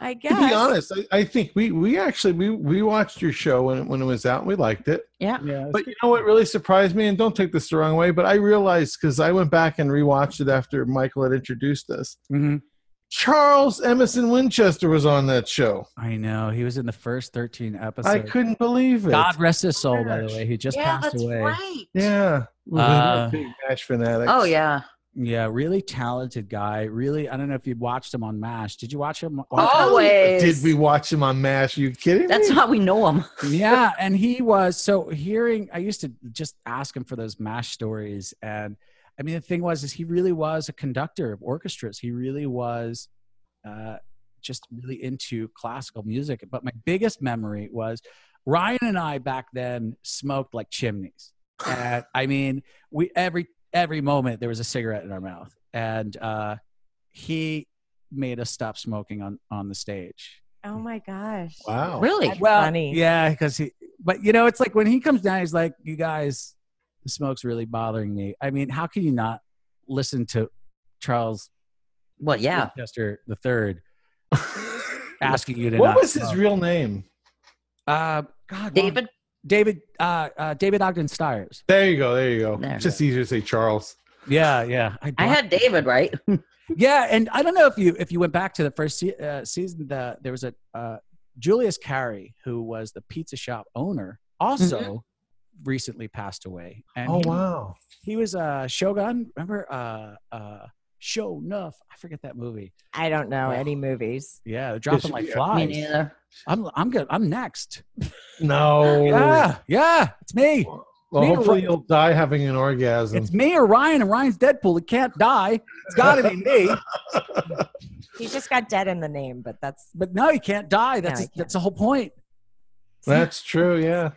Speaker 8: I
Speaker 5: To
Speaker 8: guess.
Speaker 5: be honest, I, I think we we actually we we watched your show when it- when it was out and we liked it.
Speaker 6: Yeah,
Speaker 5: But you know what really surprised me, and don't take this the wrong way, but I realized because I went back and rewatched it after Michael had introduced us.
Speaker 6: Mhm.
Speaker 5: Charles Emerson Winchester was on that show.
Speaker 6: I know he was in the first 13 episodes.
Speaker 5: I couldn't believe it.
Speaker 6: God rest his soul, by the
Speaker 5: Gosh.
Speaker 6: way. He just
Speaker 1: yeah,
Speaker 6: passed
Speaker 1: that's
Speaker 6: away.
Speaker 1: right.
Speaker 5: Yeah. We were
Speaker 6: Uh,
Speaker 5: big MASH fanatics.
Speaker 1: Oh yeah.
Speaker 6: Yeah, really talented guy. Really, I don't know if you watched him on MASH. Did you watch him? watch
Speaker 5: Oh,
Speaker 6: him?
Speaker 1: Always.
Speaker 5: Did we watch him on MASH? Are you kidding
Speaker 1: That's
Speaker 5: me?
Speaker 1: how we know him.
Speaker 6: yeah and he was so hearing i used to just ask him for those mash stories and i mean the thing was is he really was a conductor of orchestras he really was uh, just really into classical music but my biggest memory was ryan and i back then smoked like chimneys and i mean we every every moment there was a cigarette in our mouth and uh, he made us stop smoking on on the stage
Speaker 8: oh my gosh.
Speaker 5: wow.
Speaker 1: Really?
Speaker 8: That's funny.
Speaker 6: yeah, because he, but you know, it's like when he comes down, he's like, "You guys, the smoke's really bothering me." I mean, how can you not listen to Charles
Speaker 1: Well, yeah.
Speaker 6: Winchester the Third asking you
Speaker 5: [LAUGHS]
Speaker 6: to?
Speaker 5: what
Speaker 6: not
Speaker 5: was his
Speaker 6: smoke?
Speaker 5: real name?
Speaker 6: Uh, God, David,
Speaker 1: David.
Speaker 6: David, uh, uh, David Ogden Stiers.
Speaker 5: There you go. There you go.
Speaker 1: There
Speaker 5: It's just easier to say Charles.
Speaker 6: Yeah, yeah.
Speaker 1: I had David right.
Speaker 6: Yeah, and I don't know if you if you went back to the first se- uh, season, the, there was a uh, Julius Carey who was the pizza shop owner, also
Speaker 1: Mm-hmm.
Speaker 6: recently passed away. And
Speaker 5: Oh
Speaker 6: he-
Speaker 5: wow.
Speaker 6: he was uh Shogun. Remember uh uh Show Nuff? I forget that movie.
Speaker 8: I don't know
Speaker 6: Wow.
Speaker 8: any movies.
Speaker 6: Yeah, they're dropping like
Speaker 5: yeah.
Speaker 1: Me
Speaker 6: flies.
Speaker 1: neither.
Speaker 6: I'm I'm good. I'm next.
Speaker 5: No.
Speaker 6: Yeah, yeah, it's me.
Speaker 5: Well,
Speaker 6: Me or
Speaker 5: hopefully
Speaker 6: Ryan?
Speaker 5: you'll die having an orgasm.
Speaker 6: It's me or Ryan, and Ryan's Deadpool. It can't die. It's got to be me.
Speaker 8: He just got dead in the name, but that's
Speaker 6: But no, he can't die. That's
Speaker 8: No, he
Speaker 6: that's the whole point.
Speaker 5: That's true. Yeah.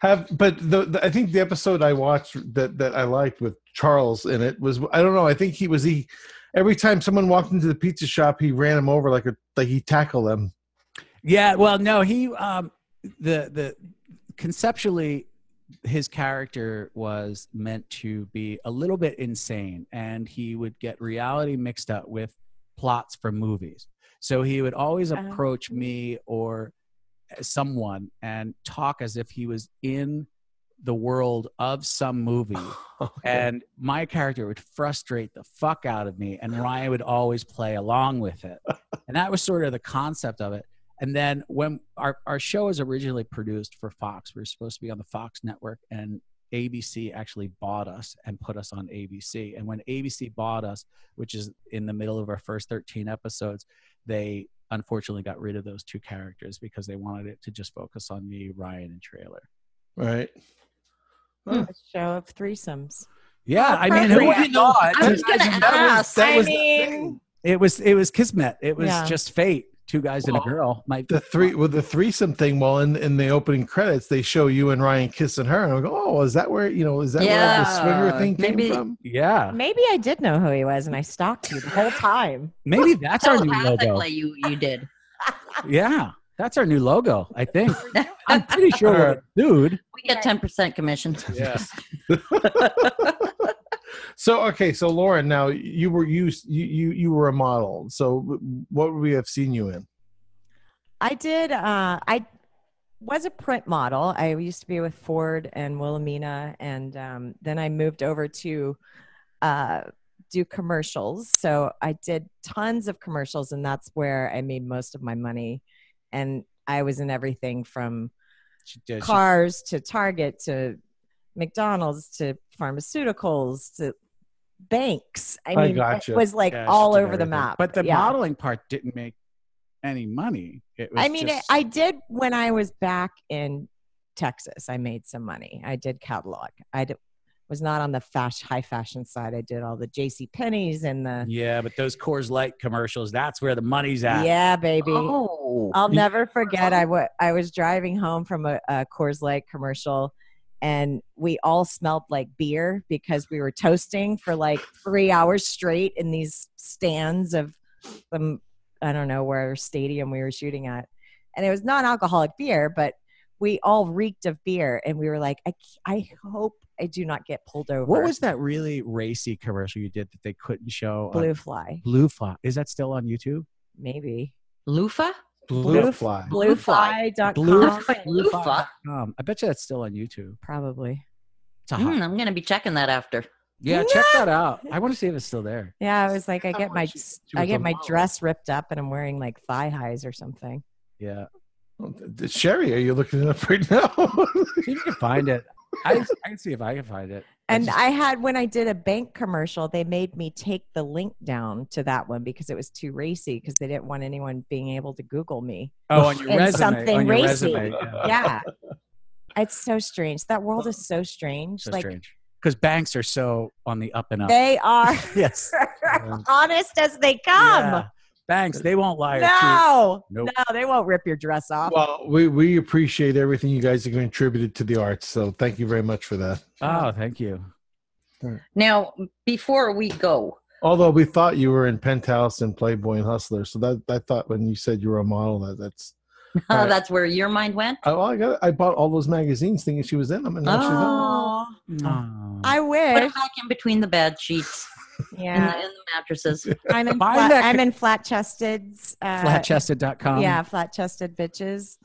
Speaker 5: Have but the, the I think the episode I watched that that I liked with Charles in it was I don't know I think he was he every time someone walked into the pizza shop he ran him over like a like he tackled them.
Speaker 6: Yeah. Well, no, he um the the conceptually his character was meant to be a little bit insane and he would get reality mixed up with plots from movies. So he would always
Speaker 8: Uh-huh.
Speaker 6: approach me or eh, someone and talk as if he was in the world of some movie. And my character would frustrate the fuck out of me, and Ryan would always play along with it. And that was sort of the concept of it. And then when our, our show was originally produced for Fox, we were supposed to be on the Fox network, and ABC actually bought us and put us on ABC. And when ABC bought us, which is in the middle of our first 13 episodes, they unfortunately got rid of those two characters because they wanted it to just focus on me, Ryan, and Trailer.
Speaker 5: right.
Speaker 6: Hmm.
Speaker 8: a show of threesomes.
Speaker 6: Yeah, I mean, who
Speaker 1: perfect.
Speaker 6: would have thought?
Speaker 1: I was
Speaker 5: That-
Speaker 1: gonna
Speaker 5: that was-
Speaker 1: ask.
Speaker 5: that
Speaker 8: I
Speaker 5: was the
Speaker 8: mean-
Speaker 5: thing.
Speaker 6: It was it was kismet. It was
Speaker 8: Yeah.
Speaker 6: just fate. Two guys and a
Speaker 5: Well,
Speaker 6: girl. My
Speaker 5: the three with the threesome thing. Well, in in the opening credits they show you and Ryan kissing her, and I go, oh, is that where you know is that where the
Speaker 1: Yeah,
Speaker 5: swinger thing came
Speaker 1: maybe-
Speaker 5: from?
Speaker 6: yeah.
Speaker 8: Maybe I did know who he was, and I stalked you the whole time.
Speaker 6: Maybe that's our new logo.
Speaker 1: Telepathically, you you did.
Speaker 6: Yeah, that's our new logo. I think.
Speaker 8: [LAUGHS]
Speaker 6: I'm pretty sure, we're a dude.
Speaker 1: We get ten percent commission. [LAUGHS]
Speaker 5: Yes. [LAUGHS] so okay, so Lauren, now you were you you you you were a model. So what would we have seen you in?
Speaker 8: I did. Uh, I was a print model. I used to be with Ford and Wilhelmina, and um, then I moved over to uh, do commercials. So I did tons of commercials, and that's where I made most of my money. And I was in everything from
Speaker 6: She did. She-
Speaker 8: cars to Target to McDonald's to pharmaceuticals to banks. I
Speaker 5: I
Speaker 8: mean,
Speaker 5: gotcha.
Speaker 8: it was like
Speaker 6: yeah, she
Speaker 8: all
Speaker 6: did
Speaker 8: over the
Speaker 6: everything.
Speaker 8: map.
Speaker 6: But the
Speaker 8: Yeah.
Speaker 6: modeling part didn't make any money. It was
Speaker 8: I mean,
Speaker 6: just,
Speaker 8: I I did when I was back in Texas. I made some money. I did catalog. I d- was not on the fash, high fashion side. I did all the J.C. Penney's and the
Speaker 6: yeah, but those Coors Light commercials. That's where the money's
Speaker 8: yeah,
Speaker 6: at.
Speaker 8: baby.
Speaker 1: Oh,
Speaker 8: I'll never forget. I wa- I was driving home from a, a Coors Light commercial, and we all smelled like beer because we were toasting for like three hours straight in these stands of um, some I don't know where stadium we were shooting at, and it was non-alcoholic beer, but we all reeked of beer, and we were like, I, c- I hope I do not get pulled over.
Speaker 6: What was that really racy commercial you did that they couldn't show? on-
Speaker 8: blue fly?
Speaker 6: Blue Fly. Is that still on YouTube?
Speaker 8: Maybe
Speaker 1: Lufa?
Speaker 5: Blue fly.
Speaker 1: Blue fly.
Speaker 8: Bluefly.com.
Speaker 1: Bluefly. Lufa?
Speaker 6: Um, I bet you that's still on YouTube.
Speaker 8: Probably.
Speaker 6: It's a
Speaker 8: Hmm.
Speaker 6: hot-
Speaker 1: Mm, I'm going to be checking that after.
Speaker 6: Yeah, check that out. I want to see if it's still there.
Speaker 8: Yeah, I was like, I get my
Speaker 5: She- she
Speaker 8: I
Speaker 5: was
Speaker 8: get
Speaker 5: a
Speaker 8: my
Speaker 5: model.
Speaker 8: dress ripped up, and I'm wearing like thigh highs or something.
Speaker 6: Yeah,
Speaker 5: Sherry, are you looking it up right now? [LAUGHS]
Speaker 6: see if you can find it. I, I can see if I can find it. I
Speaker 8: And
Speaker 6: just-
Speaker 8: I had when I did a bank commercial, they made me take the link down to that one because it was too racy because they didn't want anyone being able to Google me.
Speaker 6: oh, on your
Speaker 8: and
Speaker 6: resume,
Speaker 8: something
Speaker 6: on your
Speaker 8: racy.
Speaker 6: resume, yeah. [LAUGHS]
Speaker 8: Yeah. it's so strange. That world is so strange.
Speaker 6: So
Speaker 8: like
Speaker 6: strange because banks are so on the up and up.
Speaker 8: they are
Speaker 6: [LAUGHS]
Speaker 8: [LAUGHS]
Speaker 6: yes,
Speaker 8: honest as they come.
Speaker 6: Yeah. banks they won't lie. or cheat.
Speaker 8: No.
Speaker 6: Nope.
Speaker 8: No, they won't rip your dress off.
Speaker 5: well, we, we appreciate everything you guys have contributed to the arts. So thank you very much for that.
Speaker 6: Oh, thank you.
Speaker 1: Now, before we go,
Speaker 5: Although we thought you were in Penthouse and Playboy and Hustler. So that I thought when you said you were a model, that that's. Right.
Speaker 1: Oh, that's where your mind went.
Speaker 5: Oh, I got. I bought all those magazines thinking she was in them, and now she's not.
Speaker 1: Oh,
Speaker 6: Aw.
Speaker 8: I
Speaker 1: put
Speaker 8: wish.
Speaker 1: it back in between the bed sheets and,
Speaker 6: [LAUGHS]
Speaker 1: the,
Speaker 8: Yeah.
Speaker 1: and the
Speaker 5: [LAUGHS]
Speaker 1: mattresses.
Speaker 8: I'm in
Speaker 6: Mine
Speaker 8: flat,
Speaker 6: that-
Speaker 8: I'm in flat chested uh
Speaker 5: Um,
Speaker 6: Flatchested.com.
Speaker 8: Yeah, flat chested bitches.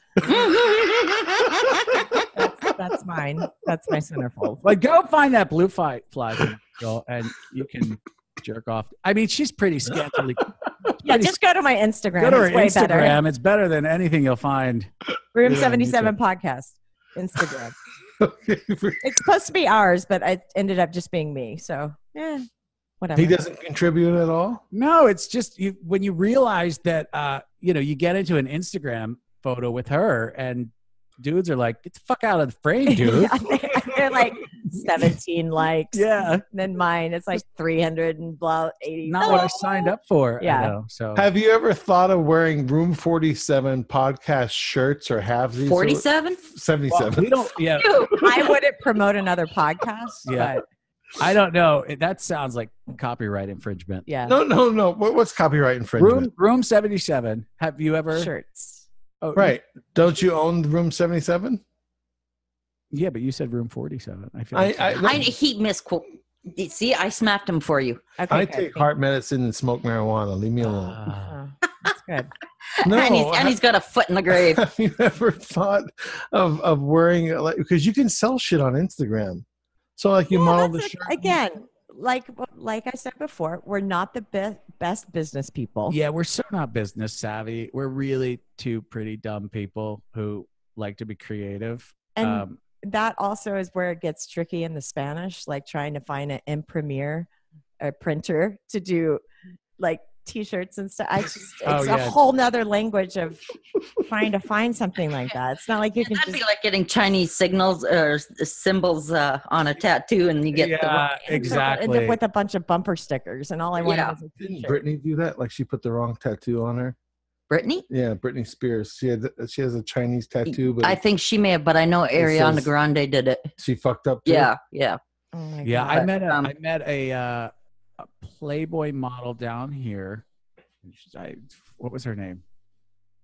Speaker 8: That's, that's mine. That's my
Speaker 5: [LAUGHS]
Speaker 8: centerfold.
Speaker 6: Like, go find that blue fly, fly girl, and you can jerk off. I mean, she's pretty scantily.
Speaker 8: Yeah,
Speaker 6: pretty
Speaker 8: just go to my Instagram.
Speaker 6: Go to her
Speaker 8: it's way
Speaker 6: Instagram.
Speaker 8: better.
Speaker 6: It's better than anything you'll find.
Speaker 8: Room
Speaker 5: Yeah, me
Speaker 8: 77 podcast. Instagram.
Speaker 5: [LAUGHS] Okay.
Speaker 8: it's supposed to be ours, but it ended up just being me. So, eh, whatever. [LAUGHS]
Speaker 5: he doesn't contribute at all.
Speaker 6: No, it's just you when you realize that uh, you know, you get into an Instagram photo with her and dudes are like, get the fuck out of the
Speaker 8: [LAUGHS]
Speaker 6: frame, dude.
Speaker 8: Yeah, they- they're like 17 likes.
Speaker 6: yeah.
Speaker 8: And then mine, it's like 300 and blah, 80.
Speaker 6: Not what I signed up for.
Speaker 8: Yeah.
Speaker 6: I know, so
Speaker 5: Have you ever thought of wearing Room Forty Seven podcast shirts or halfsies? [LAUGHS]
Speaker 1: 47?
Speaker 6: Well,
Speaker 5: Seventy-seven.
Speaker 6: we don't yeah,
Speaker 8: I wouldn't promote another podcast.
Speaker 6: Yeah.
Speaker 8: But
Speaker 6: I don't know. That sounds like copyright infringement.
Speaker 8: yeah.
Speaker 5: No, no, no. What, what's copyright infringement?
Speaker 6: Room room seventy seven. Have you ever
Speaker 8: Shirts.
Speaker 6: oh,
Speaker 5: Right. Don't you own Room 77?
Speaker 6: Yeah, but you said room forty seven. I feel
Speaker 5: I,
Speaker 6: like
Speaker 5: I,
Speaker 1: I, he misquote. See, I smacked him for you.
Speaker 8: Okay.
Speaker 5: I
Speaker 8: good.
Speaker 5: take
Speaker 8: Thank-
Speaker 5: heart medicine and smoke marijuana. Leave me alone.
Speaker 6: Ah.
Speaker 8: Oh, that's good.
Speaker 5: [LAUGHS] No,
Speaker 1: and, he's, and he's got a foot in the
Speaker 5: [LAUGHS]
Speaker 1: grave.
Speaker 5: have you ever thought of of wearing like because you can sell shit on Instagram? So like you
Speaker 8: Yeah,
Speaker 5: model the
Speaker 8: that's
Speaker 5: shirt
Speaker 8: it. Again, like uh, like I said before, we're not the best best business people.
Speaker 6: Yeah, we're so not business savvy. We're really two pretty dumb people who like to be creative.
Speaker 8: And
Speaker 6: um,
Speaker 8: that also is where it gets tricky in the Spanish, like trying to find an imprimer a printer to do like t-shirts and
Speaker 6: [LAUGHS]
Speaker 8: stuff. I just it's
Speaker 6: Oh,
Speaker 8: a
Speaker 6: yeah.
Speaker 8: whole nother language of trying to find something like that. It's not like you can
Speaker 1: That'd
Speaker 8: just
Speaker 1: be like getting Chinese signals or s- symbols uh, on a tattoo, and you get the wrong-
Speaker 6: yeah, exactly.
Speaker 8: with a bunch of bumper stickers and all I wanted
Speaker 1: Yeah.
Speaker 8: was a
Speaker 5: Didn't
Speaker 8: t-shirt.
Speaker 5: Britney do that? Like she put the wrong tattoo on her.
Speaker 1: Brittany.
Speaker 5: Yeah, Britney Spears. She had uh, she has a Chinese tattoo, but
Speaker 1: I think she may have, but I know Ariana
Speaker 5: says-
Speaker 1: Grande did it.
Speaker 5: she fucked up. too.
Speaker 1: Yeah, yeah.
Speaker 8: oh my
Speaker 6: yeah,
Speaker 8: God.
Speaker 6: I met a I
Speaker 1: um,
Speaker 6: met a, uh, a Playboy model down here. I, what was her name?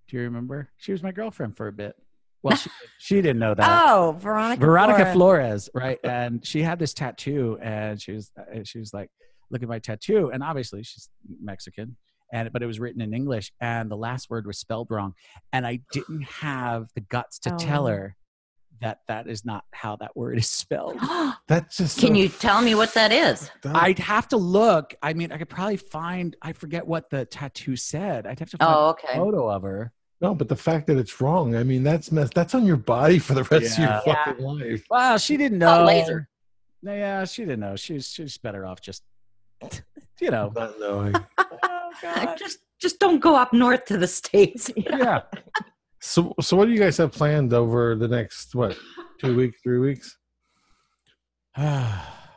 Speaker 6: Do you remember? She was my girlfriend for a bit. Well, she, she didn't know that.
Speaker 8: Oh, Veronica.
Speaker 6: Veronica
Speaker 8: Flora.
Speaker 6: Flores, right? And she had this tattoo, and she was uh, she was like, "Look at my tattoo," and obviously she's Mexican, and but it was written in English, and the last word was spelled wrong, and I
Speaker 1: [GASPS]
Speaker 6: didn't have the guts to tell
Speaker 8: Oh.
Speaker 6: her that that is not how that word is
Speaker 1: [GASPS]
Speaker 6: spelled.
Speaker 1: Oh.
Speaker 5: that's just. [GASPS]
Speaker 1: Can
Speaker 5: so
Speaker 1: you tell me what that is?
Speaker 5: dumb.
Speaker 6: I'd have to look. I mean, I could probably find. I forget what the tattoo said. I'd have to find
Speaker 1: Oh,
Speaker 6: a
Speaker 1: okay.
Speaker 6: photo of her.
Speaker 5: no, but the fact that it's wrong. I mean, that's mess. That's on your body for the rest
Speaker 6: Yeah.
Speaker 5: of your fucking life.
Speaker 6: Well, she didn't
Speaker 1: Oh,
Speaker 6: know.
Speaker 1: laser.
Speaker 6: No, Yeah, she didn't know. She's she's better off just,
Speaker 1: [LAUGHS]
Speaker 6: you know.
Speaker 5: Not knowing.
Speaker 8: Oh, God.
Speaker 1: Just, just don't go up north to the [LAUGHS] states.
Speaker 6: Yeah.
Speaker 5: [LAUGHS]
Speaker 8: [SIGHS]
Speaker 6: [SIGHS]
Speaker 5: So, so what do you guys have planned over the next what, two weeks, three weeks?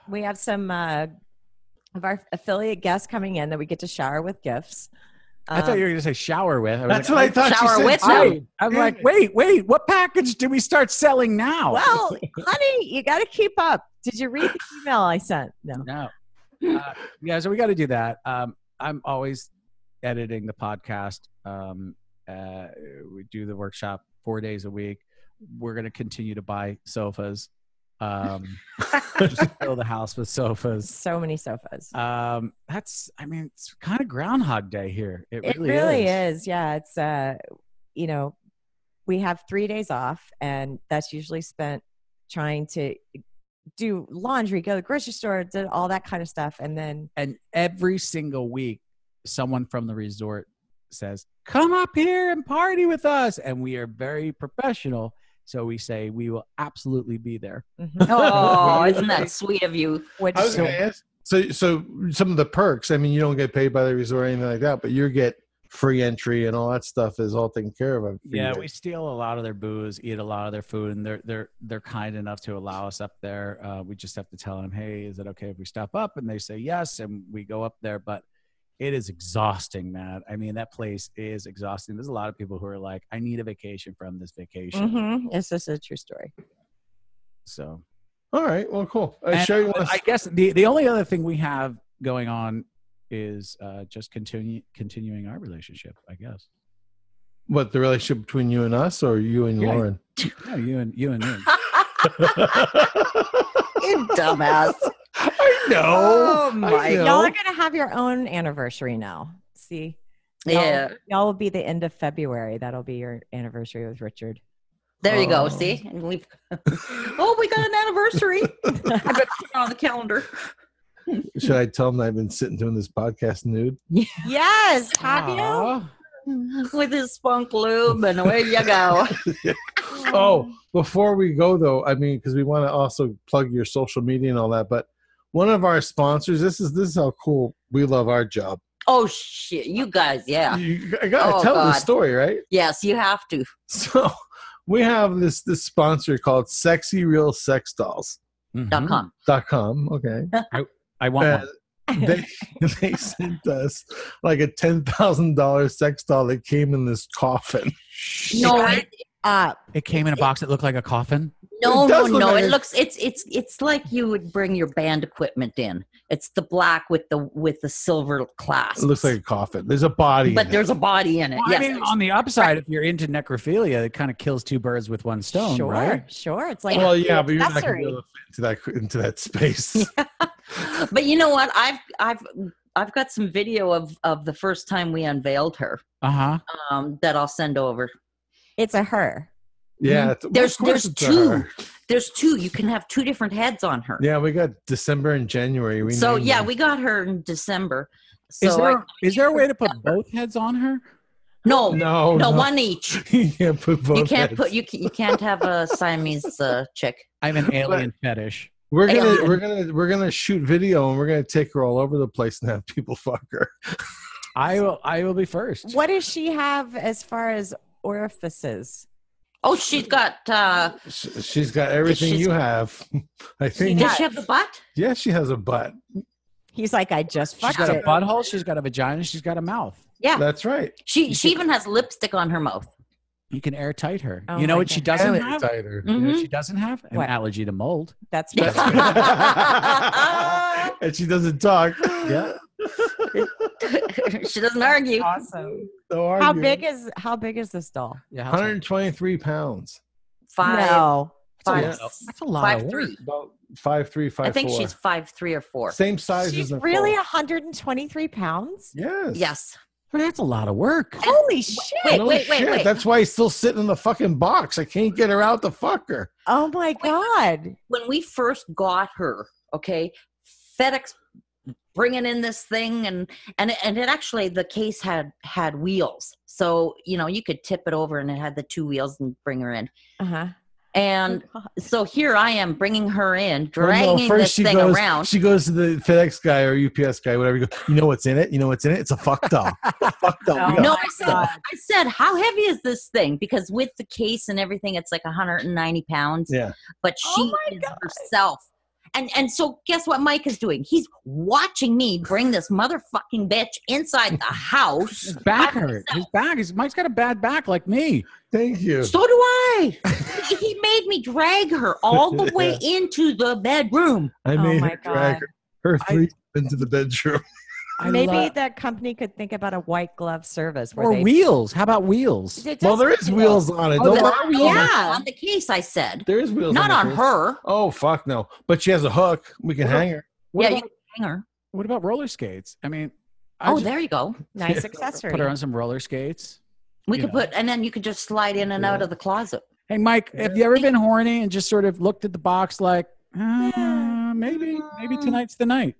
Speaker 8: We have some uh, of our affiliate guests coming in that we get to shower with gifts.
Speaker 6: I thought
Speaker 8: Um,
Speaker 6: you were going to say shower with. I was
Speaker 5: That's
Speaker 6: like,
Speaker 5: what I thought.
Speaker 1: Shower
Speaker 5: you
Speaker 1: with
Speaker 5: said.
Speaker 1: them.
Speaker 5: too.
Speaker 6: wait. I'm like, wait, wait. What package did we start selling now?
Speaker 8: Um, Well, honey, you got to keep up. Did you read the email I sent? No.
Speaker 6: [LAUGHS] no. Uh, yeah, so we got to do that. Um, I'm always editing the podcast. Um, uh, we do the workshop four days a week. we're going to continue to buy sofas, um, [LAUGHS] just fill the house with sofas.
Speaker 8: So many sofas.
Speaker 6: Um, that's, I mean, it's kind of Groundhog Day here. It
Speaker 8: It
Speaker 6: really,
Speaker 8: really, is. Yeah, it's uh, you know, we have three days off, and that's usually spent trying to do laundry, go to the grocery store, do all that kind of stuff, and then
Speaker 6: And every single week, someone from the resort says, "Come up here and party with us," and we are very professional. So we say we will absolutely be there.
Speaker 1: Oh, isn't that sweet of [LAUGHS] you?
Speaker 8: [LAUGHS] which
Speaker 5: I was going to ask. So, so some of the perks. I mean, you don't get paid by the resort or anything like that, but you get free entry and all that stuff is all taken care of. for you
Speaker 6: Yeah,
Speaker 5: guys.
Speaker 6: we steal a lot of their booze, eat a lot of their food, and they're they're they're kind enough to allow us up there. Uh, we just have to tell them, "Hey, is it okay if we stop up?" And they say yes, and we go up there. But it is exhausting, man. I mean, that place is exhausting. There's a lot of people who are like, "I need a vacation from this vacation."
Speaker 8: Mhm, it's just a true story.
Speaker 6: So
Speaker 5: all right. Well, cool. Uh,
Speaker 6: And,
Speaker 5: Sherry
Speaker 6: uh,
Speaker 5: wants-
Speaker 6: I guess the, the only other thing we have going on is uh, just continue continuing our relationship. I guess.
Speaker 5: what the relationship between you and us, or you and
Speaker 6: Yeah.
Speaker 5: Lauren?
Speaker 6: No, you and you and
Speaker 8: [LAUGHS]
Speaker 6: me.
Speaker 1: You dumbass.
Speaker 5: I know.
Speaker 1: Oh, my
Speaker 5: know.
Speaker 8: Y'all are gonna have your own anniversary now. See, Y'all-
Speaker 1: Yeah.
Speaker 8: y'all will be the end of February. That'll be your anniversary with Richard.
Speaker 1: There you go.
Speaker 5: Oh.
Speaker 1: See? And we've [LAUGHS] Oh, we got an anniversary. [LAUGHS] I better put it on the calendar.
Speaker 5: [LAUGHS] Should I tell them that I've been sitting doing this podcast nude?
Speaker 8: Yes,
Speaker 6: Aw.
Speaker 1: With his spunk lube and away you go.
Speaker 5: Oh, before we go though, I mean, because we want to also plug your social media and all that, but one of our sponsors. This is this is how cool we love our job.
Speaker 1: Oh shit. You guys, yeah.
Speaker 5: You, I gotta
Speaker 1: Oh,
Speaker 5: tell the
Speaker 1: God.
Speaker 5: story, right? [LAUGHS]
Speaker 1: Yes, you have to.
Speaker 5: So we have this this sponsor called sexyrealsexdolls.com.
Speaker 1: Dot
Speaker 5: Hmm.
Speaker 6: Mhm.
Speaker 1: com.
Speaker 5: Okay.
Speaker 6: I want one.
Speaker 5: Uh, they [LAUGHS] they sent us like a ten thousand dollar sex doll that came in this coffin.
Speaker 1: No, it, uh,
Speaker 8: Up.
Speaker 6: It came in a box that looked like a coffin.
Speaker 1: no,
Speaker 5: It
Speaker 1: no,
Speaker 5: does look
Speaker 1: no.
Speaker 5: like
Speaker 1: it
Speaker 5: a-
Speaker 1: looks it's it's it's like you would bring your band equipment in. It's the black with the with the silver clasp.
Speaker 5: It looks like a coffin. There's a body. in
Speaker 1: but
Speaker 5: it.
Speaker 1: there's a body in it.
Speaker 6: Well,
Speaker 1: yes.
Speaker 6: I mean, on the upside, if you're into necrophilia, it kind of kills two birds with one
Speaker 8: [LAUGHS]
Speaker 6: stone,
Speaker 8: sure,
Speaker 6: right?
Speaker 8: sure. It's like
Speaker 5: well,
Speaker 8: an
Speaker 5: yeah, but you're not gonna
Speaker 8: accessory.
Speaker 5: be able to fit into that into that
Speaker 1: [LAUGHS]
Speaker 5: space.
Speaker 1: [LAUGHS] but you know what? I've I've I've got some video of of the first time we unveiled her
Speaker 6: Uh huh.
Speaker 1: um, that I'll send over.
Speaker 8: It's a her.
Speaker 5: Yeah, it's-
Speaker 1: There's-
Speaker 5: of course
Speaker 1: there's
Speaker 5: it's a
Speaker 1: two.
Speaker 5: her.
Speaker 1: There's two. You can have two different heads on her.
Speaker 5: Yeah, we got December and January. We
Speaker 1: so
Speaker 5: named
Speaker 1: yeah,
Speaker 5: them.
Speaker 1: we got her in December. So
Speaker 6: Is there
Speaker 1: I,
Speaker 6: is there a way to put both heads on her?
Speaker 1: no, no,
Speaker 5: no, no,
Speaker 1: one each.
Speaker 5: [LAUGHS] you can't put both.
Speaker 1: you can't
Speaker 5: heads.
Speaker 1: put you ca- you can't have a Siamese uh, chick.
Speaker 6: I'm an alien fetish.
Speaker 5: We're
Speaker 1: Hang
Speaker 5: gonna
Speaker 1: on.
Speaker 5: we're gonna we're gonna shoot video and we're gonna take her all over the place and have people [LAUGHS] fuck her.
Speaker 6: I will. I will be first.
Speaker 8: What does she have as far as orifices?
Speaker 1: Oh, she's got. Uh,
Speaker 5: Sh- She's got everything
Speaker 1: She's-
Speaker 5: you have. [LAUGHS] I think.
Speaker 1: does she have the butt?
Speaker 5: Yeah, she has a butt.
Speaker 8: He's like, I just
Speaker 6: She's
Speaker 8: fucked
Speaker 6: got a
Speaker 8: it.
Speaker 6: butthole. She's got a vagina. She's got a mouth.
Speaker 1: Yeah,
Speaker 5: That's right.
Speaker 1: she she even has lipstick on her mouth.
Speaker 6: You can airtight her.
Speaker 8: Oh
Speaker 6: you know
Speaker 8: my
Speaker 6: what she
Speaker 8: God.
Speaker 6: doesn't
Speaker 5: And
Speaker 6: have?
Speaker 5: tighter.
Speaker 1: [LAUGHS]
Speaker 6: You know what
Speaker 1: Mhm.
Speaker 6: she doesn't have an
Speaker 8: What?
Speaker 6: allergy to mold.
Speaker 8: That's
Speaker 5: That's right. and she doesn't talk. Yeah. [LAUGHS]
Speaker 1: she doesn't argue.
Speaker 8: [LAUGHS] awesome.
Speaker 5: So are
Speaker 8: How
Speaker 5: you.
Speaker 8: big is how big is this doll?
Speaker 6: Yeah,
Speaker 5: 123 pounds.
Speaker 1: Five,
Speaker 8: No.
Speaker 1: five,
Speaker 5: Yeah.
Speaker 6: that's a lot.
Speaker 1: five,
Speaker 6: of work.
Speaker 1: three.
Speaker 5: About five three, five four.
Speaker 1: I think she's five, three or four.
Speaker 5: same size as
Speaker 8: She's
Speaker 5: Nicole.
Speaker 8: really 123 pounds?
Speaker 5: Yes.
Speaker 1: Yes.
Speaker 6: That's a lot of work.
Speaker 8: Holy shit.
Speaker 1: Wait,
Speaker 5: No
Speaker 1: wait, wait,
Speaker 5: shit,
Speaker 1: wait.
Speaker 5: That's why he's still sitting in the fucking box. I can't get her out the fucker.
Speaker 8: Oh my god.
Speaker 1: When we first got her, okay, FedEx bringing in this thing and and it- and it actually the case had had wheels so you know you could tip it over and it had the two wheels and bring her in
Speaker 8: Uh-huh.
Speaker 1: and so here i am bringing her in
Speaker 5: Oh, Well,
Speaker 1: dragging this thing
Speaker 5: goes,
Speaker 1: around
Speaker 5: She goes to the FedEx guy or UPS guy, whatever. You, go, you know what's in it? You know what's in it? It's a fuck doll.
Speaker 1: [LAUGHS]
Speaker 5: fuck doll. We
Speaker 8: Oh,
Speaker 5: got
Speaker 1: no
Speaker 5: a
Speaker 1: i said
Speaker 8: God.
Speaker 1: i said how heavy is this thing because with the case and everything it's like 190 pounds
Speaker 5: Yeah.
Speaker 1: but
Speaker 8: Oh
Speaker 1: she
Speaker 8: my
Speaker 1: is
Speaker 8: God.
Speaker 1: herself. And and so guess what Mike is doing? He's watching me bring this motherfucking bitch inside
Speaker 6: [LAUGHS]
Speaker 1: the house.
Speaker 6: His back hurt. His back is. Mike's got a bad back like me.
Speaker 5: Thank you.
Speaker 1: So do I. [LAUGHS] He- he made me drag her all
Speaker 6: [LAUGHS]
Speaker 1: the way into the bedroom.
Speaker 5: I
Speaker 8: Oh
Speaker 5: made
Speaker 8: my
Speaker 5: her
Speaker 8: God.
Speaker 5: drag her, her
Speaker 6: I-
Speaker 5: three into the bedroom.
Speaker 6: I
Speaker 8: Maybe
Speaker 6: lo-
Speaker 8: that company could think about a white glove service where
Speaker 6: or
Speaker 8: they
Speaker 6: wheels. How about wheels?
Speaker 8: It
Speaker 5: Well,
Speaker 8: does
Speaker 5: there
Speaker 8: have
Speaker 5: is
Speaker 8: wheels.
Speaker 5: wheels on it.
Speaker 6: Oh,
Speaker 5: Don't
Speaker 6: there
Speaker 5: buy
Speaker 6: are
Speaker 5: wheels.
Speaker 6: wheels.
Speaker 1: Yeah, on the case, I said.
Speaker 5: There is wheels.
Speaker 1: Not
Speaker 5: the
Speaker 1: on
Speaker 5: case.
Speaker 1: her.
Speaker 5: Oh fuck no! But she has a hook. We can hang her.
Speaker 6: What,
Speaker 1: yeah,
Speaker 6: about,
Speaker 1: you can hang her.
Speaker 6: what about roller skates? I mean, I
Speaker 1: Oh,
Speaker 6: just
Speaker 1: there you go.
Speaker 6: [LAUGHS]
Speaker 8: nice
Speaker 5: Yeah.
Speaker 8: accessory.
Speaker 6: put her on some roller skates.
Speaker 1: We
Speaker 6: you
Speaker 1: could
Speaker 6: know.
Speaker 1: put, and then you could just slide in and out
Speaker 5: Yeah.
Speaker 1: of the closet.
Speaker 6: Hey, Mike, have you ever been horny and just sort of looked at the box like, uh,
Speaker 1: Mm-hmm.
Speaker 6: maybe, maybe tonight's the night?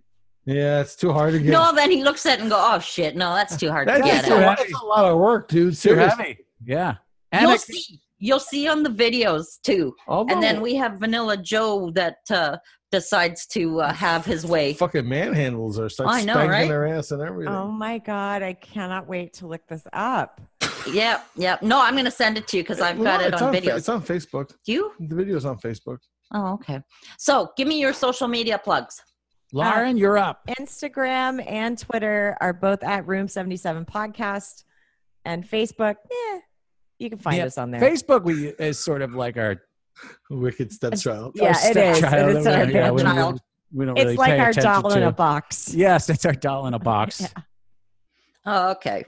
Speaker 5: Yeah, it's too hard to get.
Speaker 1: No, then he looks at it and go, "Oh shit, no, that's too hard to
Speaker 5: That's
Speaker 1: get
Speaker 5: too
Speaker 1: at."
Speaker 5: hard. That's a lot of work, dude. Seriously.
Speaker 6: Yeah. And
Speaker 1: You'll
Speaker 6: it,
Speaker 1: see, you'll see on the videos too.
Speaker 5: Although-
Speaker 1: And then we have Vanilla Joe that uh, decides to uh, have his way.
Speaker 5: fucking manhandles her, starts
Speaker 1: I know,
Speaker 5: spanking
Speaker 1: right?
Speaker 5: their ass and everything.
Speaker 8: Oh my god, I cannot wait to look this up.
Speaker 1: Yep, yep. No, I'm gonna send it to you because I've
Speaker 5: Well,
Speaker 1: got it
Speaker 5: it's
Speaker 1: on
Speaker 5: Fa-
Speaker 1: video.
Speaker 5: it's on Facebook.
Speaker 1: Do you?
Speaker 5: The video's on Facebook.
Speaker 1: Oh, okay. So, give me your social media plugs.
Speaker 6: Lauren, you're up.
Speaker 8: Instagram and Twitter are both at Room 77 Podcast and Facebook. Yeah, you can find
Speaker 6: Yeah,
Speaker 8: us on there.
Speaker 6: Facebook we is sort of like our,
Speaker 5: Wicked stepchild.
Speaker 8: yeah,
Speaker 6: our
Speaker 8: it is.
Speaker 6: stepchild
Speaker 8: It is
Speaker 6: that
Speaker 8: our
Speaker 6: we- yeah, we don't
Speaker 1: stepchild.
Speaker 6: really- we don't
Speaker 8: it's
Speaker 6: really
Speaker 8: like
Speaker 6: pay
Speaker 8: our
Speaker 6: attention
Speaker 8: doll in
Speaker 6: to.
Speaker 8: a box.
Speaker 6: Yes, it's our doll in a
Speaker 8: [LAUGHS]
Speaker 6: box.
Speaker 8: Yeah.
Speaker 1: Oh, okay.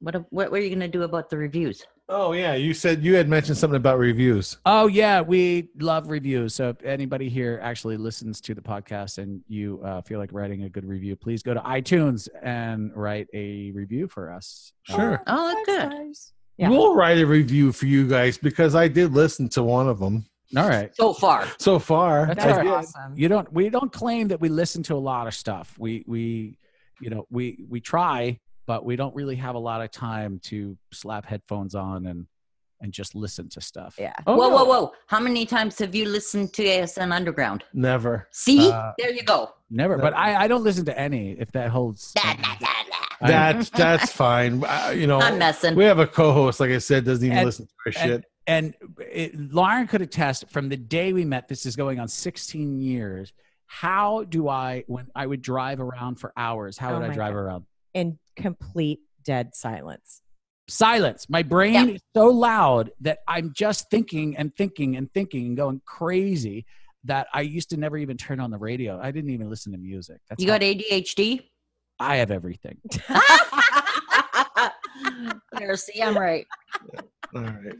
Speaker 1: What what were you gonna do about the reviews?
Speaker 5: Oh yeah, you said you had mentioned something about reviews.
Speaker 6: Oh yeah, we love reviews. So if anybody here actually listens to the podcast and you uh, feel like writing a good review, please go to iTunes and write a review for us.
Speaker 5: Sure.
Speaker 1: Oh, that's good.
Speaker 8: Yeah.
Speaker 5: We'll write a review for you guys because I did listen to one of them
Speaker 6: Uh, all right.
Speaker 1: So far,
Speaker 5: so far. I
Speaker 6: That's all
Speaker 8: That's
Speaker 6: right.
Speaker 5: did.
Speaker 8: awesome.
Speaker 6: You don't. We don't claim that we listen to a lot of stuff. We we you know we we try, but we don't really have a lot of time to slap headphones on and and just listen to stuff.
Speaker 8: Yeah.
Speaker 5: Oh,
Speaker 1: whoa,
Speaker 5: no.
Speaker 1: whoa, whoa! How many times have you listened to ASN Underground?
Speaker 5: Never.
Speaker 1: See,
Speaker 6: Uh,
Speaker 1: there you go.
Speaker 6: Never. But I I don't listen to any. If that holds.
Speaker 1: Da, da, da, da.
Speaker 6: I-
Speaker 5: That's that's fine. Uh, you know,
Speaker 1: I'm messing.
Speaker 5: we have a co-host, like I said, doesn't even
Speaker 6: And-
Speaker 5: listen to our
Speaker 6: and-
Speaker 5: shit.
Speaker 6: and it, Lauren could attest from the day we met, this is going on 16 years. How do I, when I would drive around for hours, how
Speaker 8: Oh
Speaker 6: would I
Speaker 8: my
Speaker 6: drive
Speaker 8: God.
Speaker 6: around?
Speaker 8: In complete dead silence.
Speaker 6: Silence. My brain is so loud that I'm just thinking and thinking and thinking and going crazy that I used to never even turn on the radio. I didn't even listen to music. That's
Speaker 1: You
Speaker 6: how
Speaker 1: got ADHD?
Speaker 6: I have everything.
Speaker 1: there, see, I'm right.
Speaker 5: All right.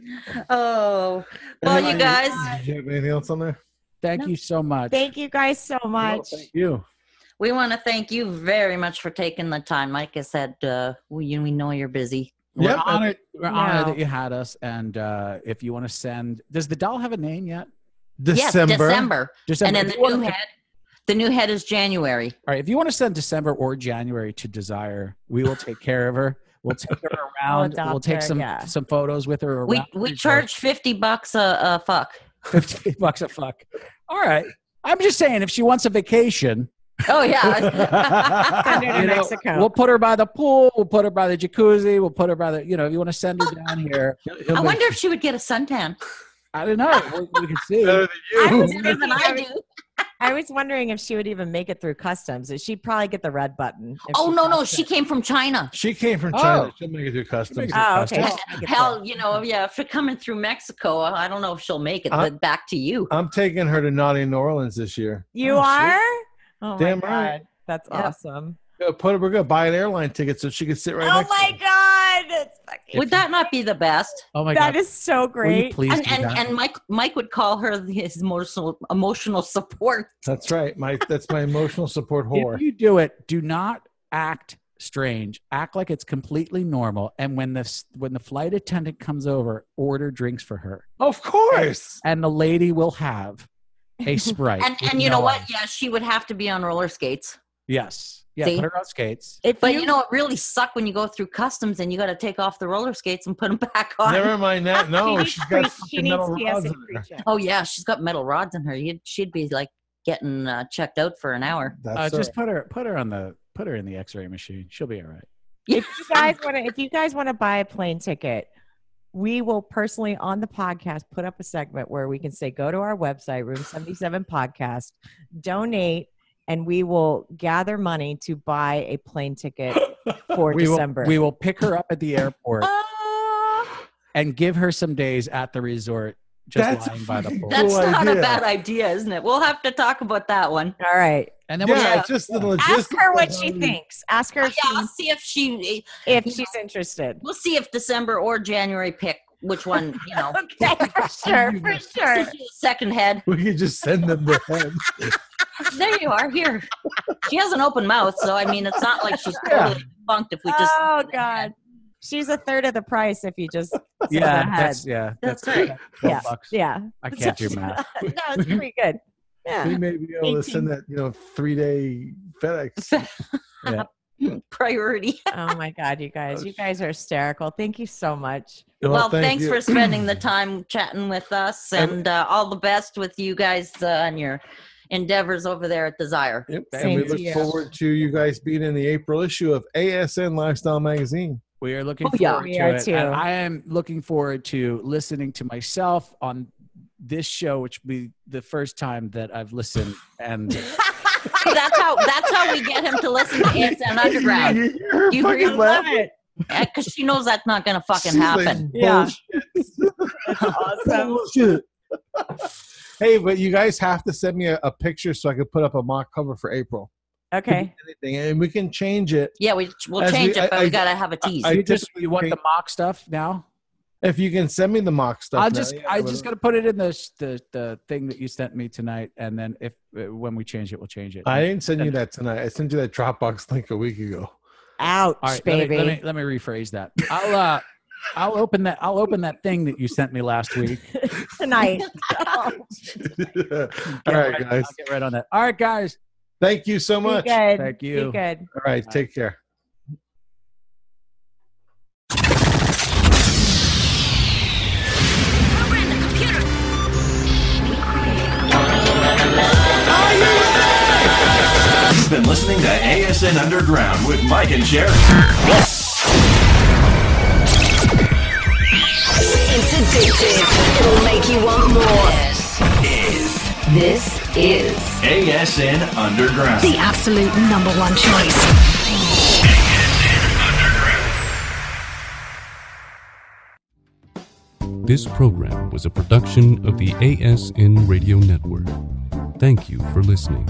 Speaker 1: Oh, well, you
Speaker 5: Anybody-
Speaker 1: guys,
Speaker 5: Did you have anything else on there?
Speaker 6: Thank
Speaker 1: No.
Speaker 6: you so much.
Speaker 8: Thank you guys so much.
Speaker 5: No, thank you.
Speaker 1: we want to thank you very much for taking the time. Like I said, uh, we, we know you're busy.
Speaker 6: We're
Speaker 5: Yep.
Speaker 6: honored. We're honored
Speaker 8: No.
Speaker 6: that you had us. And uh, if you want to send, does the doll have a name yet?
Speaker 5: December.
Speaker 1: Yes, December. And
Speaker 6: December.
Speaker 1: then
Speaker 6: If
Speaker 1: the
Speaker 6: [LAUGHS] you wanna-
Speaker 1: new head. The new head is January.
Speaker 6: All right. If you want to send December or January to Desire, we will take care of her.
Speaker 1: [LAUGHS]
Speaker 6: We'll take her around. We'll,
Speaker 8: adopt
Speaker 6: take
Speaker 8: her,
Speaker 6: some
Speaker 8: yeah.
Speaker 6: some photos with her. Around.
Speaker 1: We we charge fifty bucks a, a fuck.
Speaker 6: [LAUGHS] fifty bucks a fuck. All right. I'm just saying, if she wants a vacation, [LAUGHS]
Speaker 1: Oh [LAUGHS] yeah.
Speaker 8: Send her to
Speaker 6: you know,
Speaker 8: Mexico.
Speaker 6: we'll put her by the pool. We'll put her by the jacuzzi. We'll put her by the. You know, if you want to send her down here,
Speaker 5: He'll- he'll
Speaker 1: I
Speaker 5: make
Speaker 1: wonder if she would get a suntan.
Speaker 6: I don't know. We, we can see.
Speaker 5: better
Speaker 8: I
Speaker 5: than
Speaker 8: was
Speaker 5: you.
Speaker 1: Better than I do.
Speaker 8: I was wondering if she would even make it through customs. She'd probably get the red button. if
Speaker 1: Oh no no,
Speaker 8: crossed
Speaker 1: she
Speaker 8: it.
Speaker 1: came from China.
Speaker 5: She came from China.
Speaker 6: Oh.
Speaker 5: She'll make it through customs.
Speaker 6: makes it-
Speaker 8: Oh, okay.
Speaker 6: Customs.
Speaker 8: she'll make it
Speaker 1: Hell,
Speaker 8: through.
Speaker 1: you know, yeah. If you're coming through Mexico, I don't know if she'll make it.
Speaker 5: Uh,
Speaker 1: but back to you.
Speaker 5: I'm taking her to naughty New Orleans this year.
Speaker 8: You
Speaker 5: Oh, shit.
Speaker 8: are? Oh
Speaker 5: Damn
Speaker 8: my
Speaker 5: right.
Speaker 8: god. That's
Speaker 1: Yeah.
Speaker 8: awesome.
Speaker 5: Yeah, put her, we're gonna buy an airline ticket so she could sit right
Speaker 8: oh
Speaker 5: next.
Speaker 8: my
Speaker 5: to me.
Speaker 8: god. That's fucking
Speaker 1: Would that not be the best?
Speaker 6: Oh my
Speaker 8: that
Speaker 6: god.
Speaker 8: is so
Speaker 6: Will you
Speaker 8: great.
Speaker 6: please
Speaker 1: and
Speaker 6: do
Speaker 1: and,
Speaker 6: that?
Speaker 1: and Mike Mike would call her his emotional emotional support.
Speaker 5: That's right. My that's my emotional support whore.
Speaker 6: If you do it, do not act strange. Act like it's completely normal. And when the when the flight attendant comes over, order drinks for her,
Speaker 5: of course.
Speaker 6: and the lady will have
Speaker 5: [LAUGHS]
Speaker 6: a sprite.
Speaker 1: And
Speaker 6: with
Speaker 1: and you know
Speaker 6: no
Speaker 1: what?
Speaker 6: ice.
Speaker 1: Yeah, she would have to be on roller skates.
Speaker 6: Yes. Yeah.
Speaker 1: See?
Speaker 6: Put her on skates.
Speaker 8: if
Speaker 1: But you know, it really sucked when you go through customs and you got to take off the roller skates and put them [LAUGHS] back on.
Speaker 5: Never
Speaker 8: [LAUGHS]
Speaker 5: mind that. No,
Speaker 8: needs
Speaker 5: she's got
Speaker 8: pre-
Speaker 5: fucking metal rods in her.
Speaker 8: pre-check.
Speaker 1: Oh yeah, she's got metal rods in her. You'd, she'd be like getting uh, checked out for an hour.
Speaker 6: Uh,
Speaker 5: That's
Speaker 6: just
Speaker 5: her.
Speaker 6: put her put her on the put her in the X-ray machine. She'll be all right.
Speaker 8: if you guys want to, if you guys want to buy a plane ticket, we will personally on the podcast put up a segment where we can say, go to our website, Room Seventy Seven Podcast, donate, and we will gather money to buy a plane ticket for
Speaker 6: [LAUGHS] We will,
Speaker 8: December.
Speaker 6: we
Speaker 1: [LAUGHS]
Speaker 6: will pick her up at the airport
Speaker 1: Oh,
Speaker 6: and give her some days at the resort just
Speaker 5: That's
Speaker 6: lying by the
Speaker 5: freaking
Speaker 6: pool.
Speaker 1: That's
Speaker 5: Cool
Speaker 1: not a
Speaker 5: idea.
Speaker 1: bad idea, isn't it? We'll have to talk about that one.
Speaker 8: All right.
Speaker 6: and then
Speaker 5: yeah,
Speaker 6: we're
Speaker 1: Yeah.
Speaker 5: it's just the
Speaker 8: Ask
Speaker 5: logistics
Speaker 8: her
Speaker 5: of
Speaker 8: what
Speaker 5: how
Speaker 8: she
Speaker 6: um,
Speaker 5: you-
Speaker 8: thinks. Ask her
Speaker 1: Oh, Yeah,
Speaker 8: if,
Speaker 1: I'll
Speaker 8: she,
Speaker 1: see if she.
Speaker 8: if she's interested.
Speaker 1: We'll see if December or January pick which one. You know,
Speaker 8: Okay,
Speaker 6: [LAUGHS]
Speaker 8: for sure, for [LAUGHS] sure.
Speaker 1: second head.
Speaker 5: We could just send them to him.
Speaker 1: There you are. Here, she has an open mouth, so I mean, it's not like she's
Speaker 5: Yeah.
Speaker 1: totally debunked if we just.
Speaker 8: Oh God, she's a third of the price if you just
Speaker 6: yeah,
Speaker 8: ahead.
Speaker 6: that's yeah, that's,
Speaker 1: That's right.
Speaker 6: twelve bucks.
Speaker 8: yeah.
Speaker 6: I can't do math.
Speaker 8: no,
Speaker 6: [LAUGHS]
Speaker 8: it's pretty good.
Speaker 5: We
Speaker 8: Yeah,
Speaker 5: may be able to send that, you know, three day FedEx.
Speaker 1: priority.
Speaker 8: oh my God, you guguys, you guys are hysterical. Thank you so much.
Speaker 5: Well,
Speaker 1: Well,
Speaker 5: thank
Speaker 1: thanks
Speaker 5: you.
Speaker 1: for spending the time chatting with us,
Speaker 5: And-
Speaker 1: and uh, all the best with you guys uh, and your endeavors over there at Desire. [LAUGHS]
Speaker 5: Yep.
Speaker 8: Same
Speaker 5: And we
Speaker 8: to
Speaker 5: look
Speaker 8: you.
Speaker 5: forward to you guys being in the April issue of ASN Lifestyle Magazine.
Speaker 6: We are looking
Speaker 1: Oh, yeah.
Speaker 6: forward
Speaker 8: We
Speaker 6: to
Speaker 8: are
Speaker 6: it.
Speaker 8: too.
Speaker 6: And I am looking forward to listening to myself on this show, which will be the first time that I've listened.
Speaker 5: [LAUGHS]
Speaker 6: And
Speaker 1: that's how. That's how we get him to listen to ASN Underground.
Speaker 5: You hear her
Speaker 1: You
Speaker 5: fucking
Speaker 1: really
Speaker 5: laugh?
Speaker 8: it.
Speaker 1: because she knows that's not going to fucking
Speaker 5: She's like,
Speaker 1: happen.
Speaker 8: Yeah.
Speaker 5: "Bullshit." Bullshit. hey, but you guys have to send me a, a picture so I can put up a mock cover for April.
Speaker 8: Okay.
Speaker 5: Anything, and we can change it.
Speaker 1: yeah, we we'll
Speaker 5: As we-
Speaker 1: change it, but
Speaker 5: I-
Speaker 1: we
Speaker 5: I-
Speaker 1: got to have a tease.
Speaker 5: I
Speaker 6: you just
Speaker 5: typically
Speaker 6: you want the
Speaker 5: think-
Speaker 6: mock stuff now?
Speaker 5: If you can send me the mock stuff,
Speaker 6: I'll
Speaker 5: now,
Speaker 6: just
Speaker 5: yeah,
Speaker 6: I
Speaker 5: whatever.
Speaker 6: just gotta put it in the sh- the the thing that you sent me tonight, and then if uh, when we change it, we'll change it.
Speaker 5: I didn't send you that tonight. I sent you that Dropbox link a week ago. [LAUGHS]
Speaker 8: Ouch,
Speaker 6: All right, let
Speaker 8: baby.
Speaker 6: me, let [LAUGHS] me let me rephrase that. I'll uh, I'll open that I'll open that thing that you sent me last week.
Speaker 8: Tonight.
Speaker 5: [LAUGHS] All
Speaker 6: Get
Speaker 5: right,
Speaker 6: right-
Speaker 5: guys.
Speaker 6: I'll get right on that. All right, guys.
Speaker 5: Thank you so
Speaker 8: Be
Speaker 5: much. All
Speaker 8: good.
Speaker 6: Thank
Speaker 8: Be
Speaker 6: you.
Speaker 8: good.
Speaker 5: right, take care.
Speaker 2: Program the computer.
Speaker 4: You've been listening to ASN Underground with Mike and Sherry.
Speaker 9: It's addictive. It'll make you want more.
Speaker 4: Is
Speaker 9: This is
Speaker 4: ASN Underground.
Speaker 9: the absolute number one choice.
Speaker 10: This program was a production of the ASN Radio Network. Thank you for listening.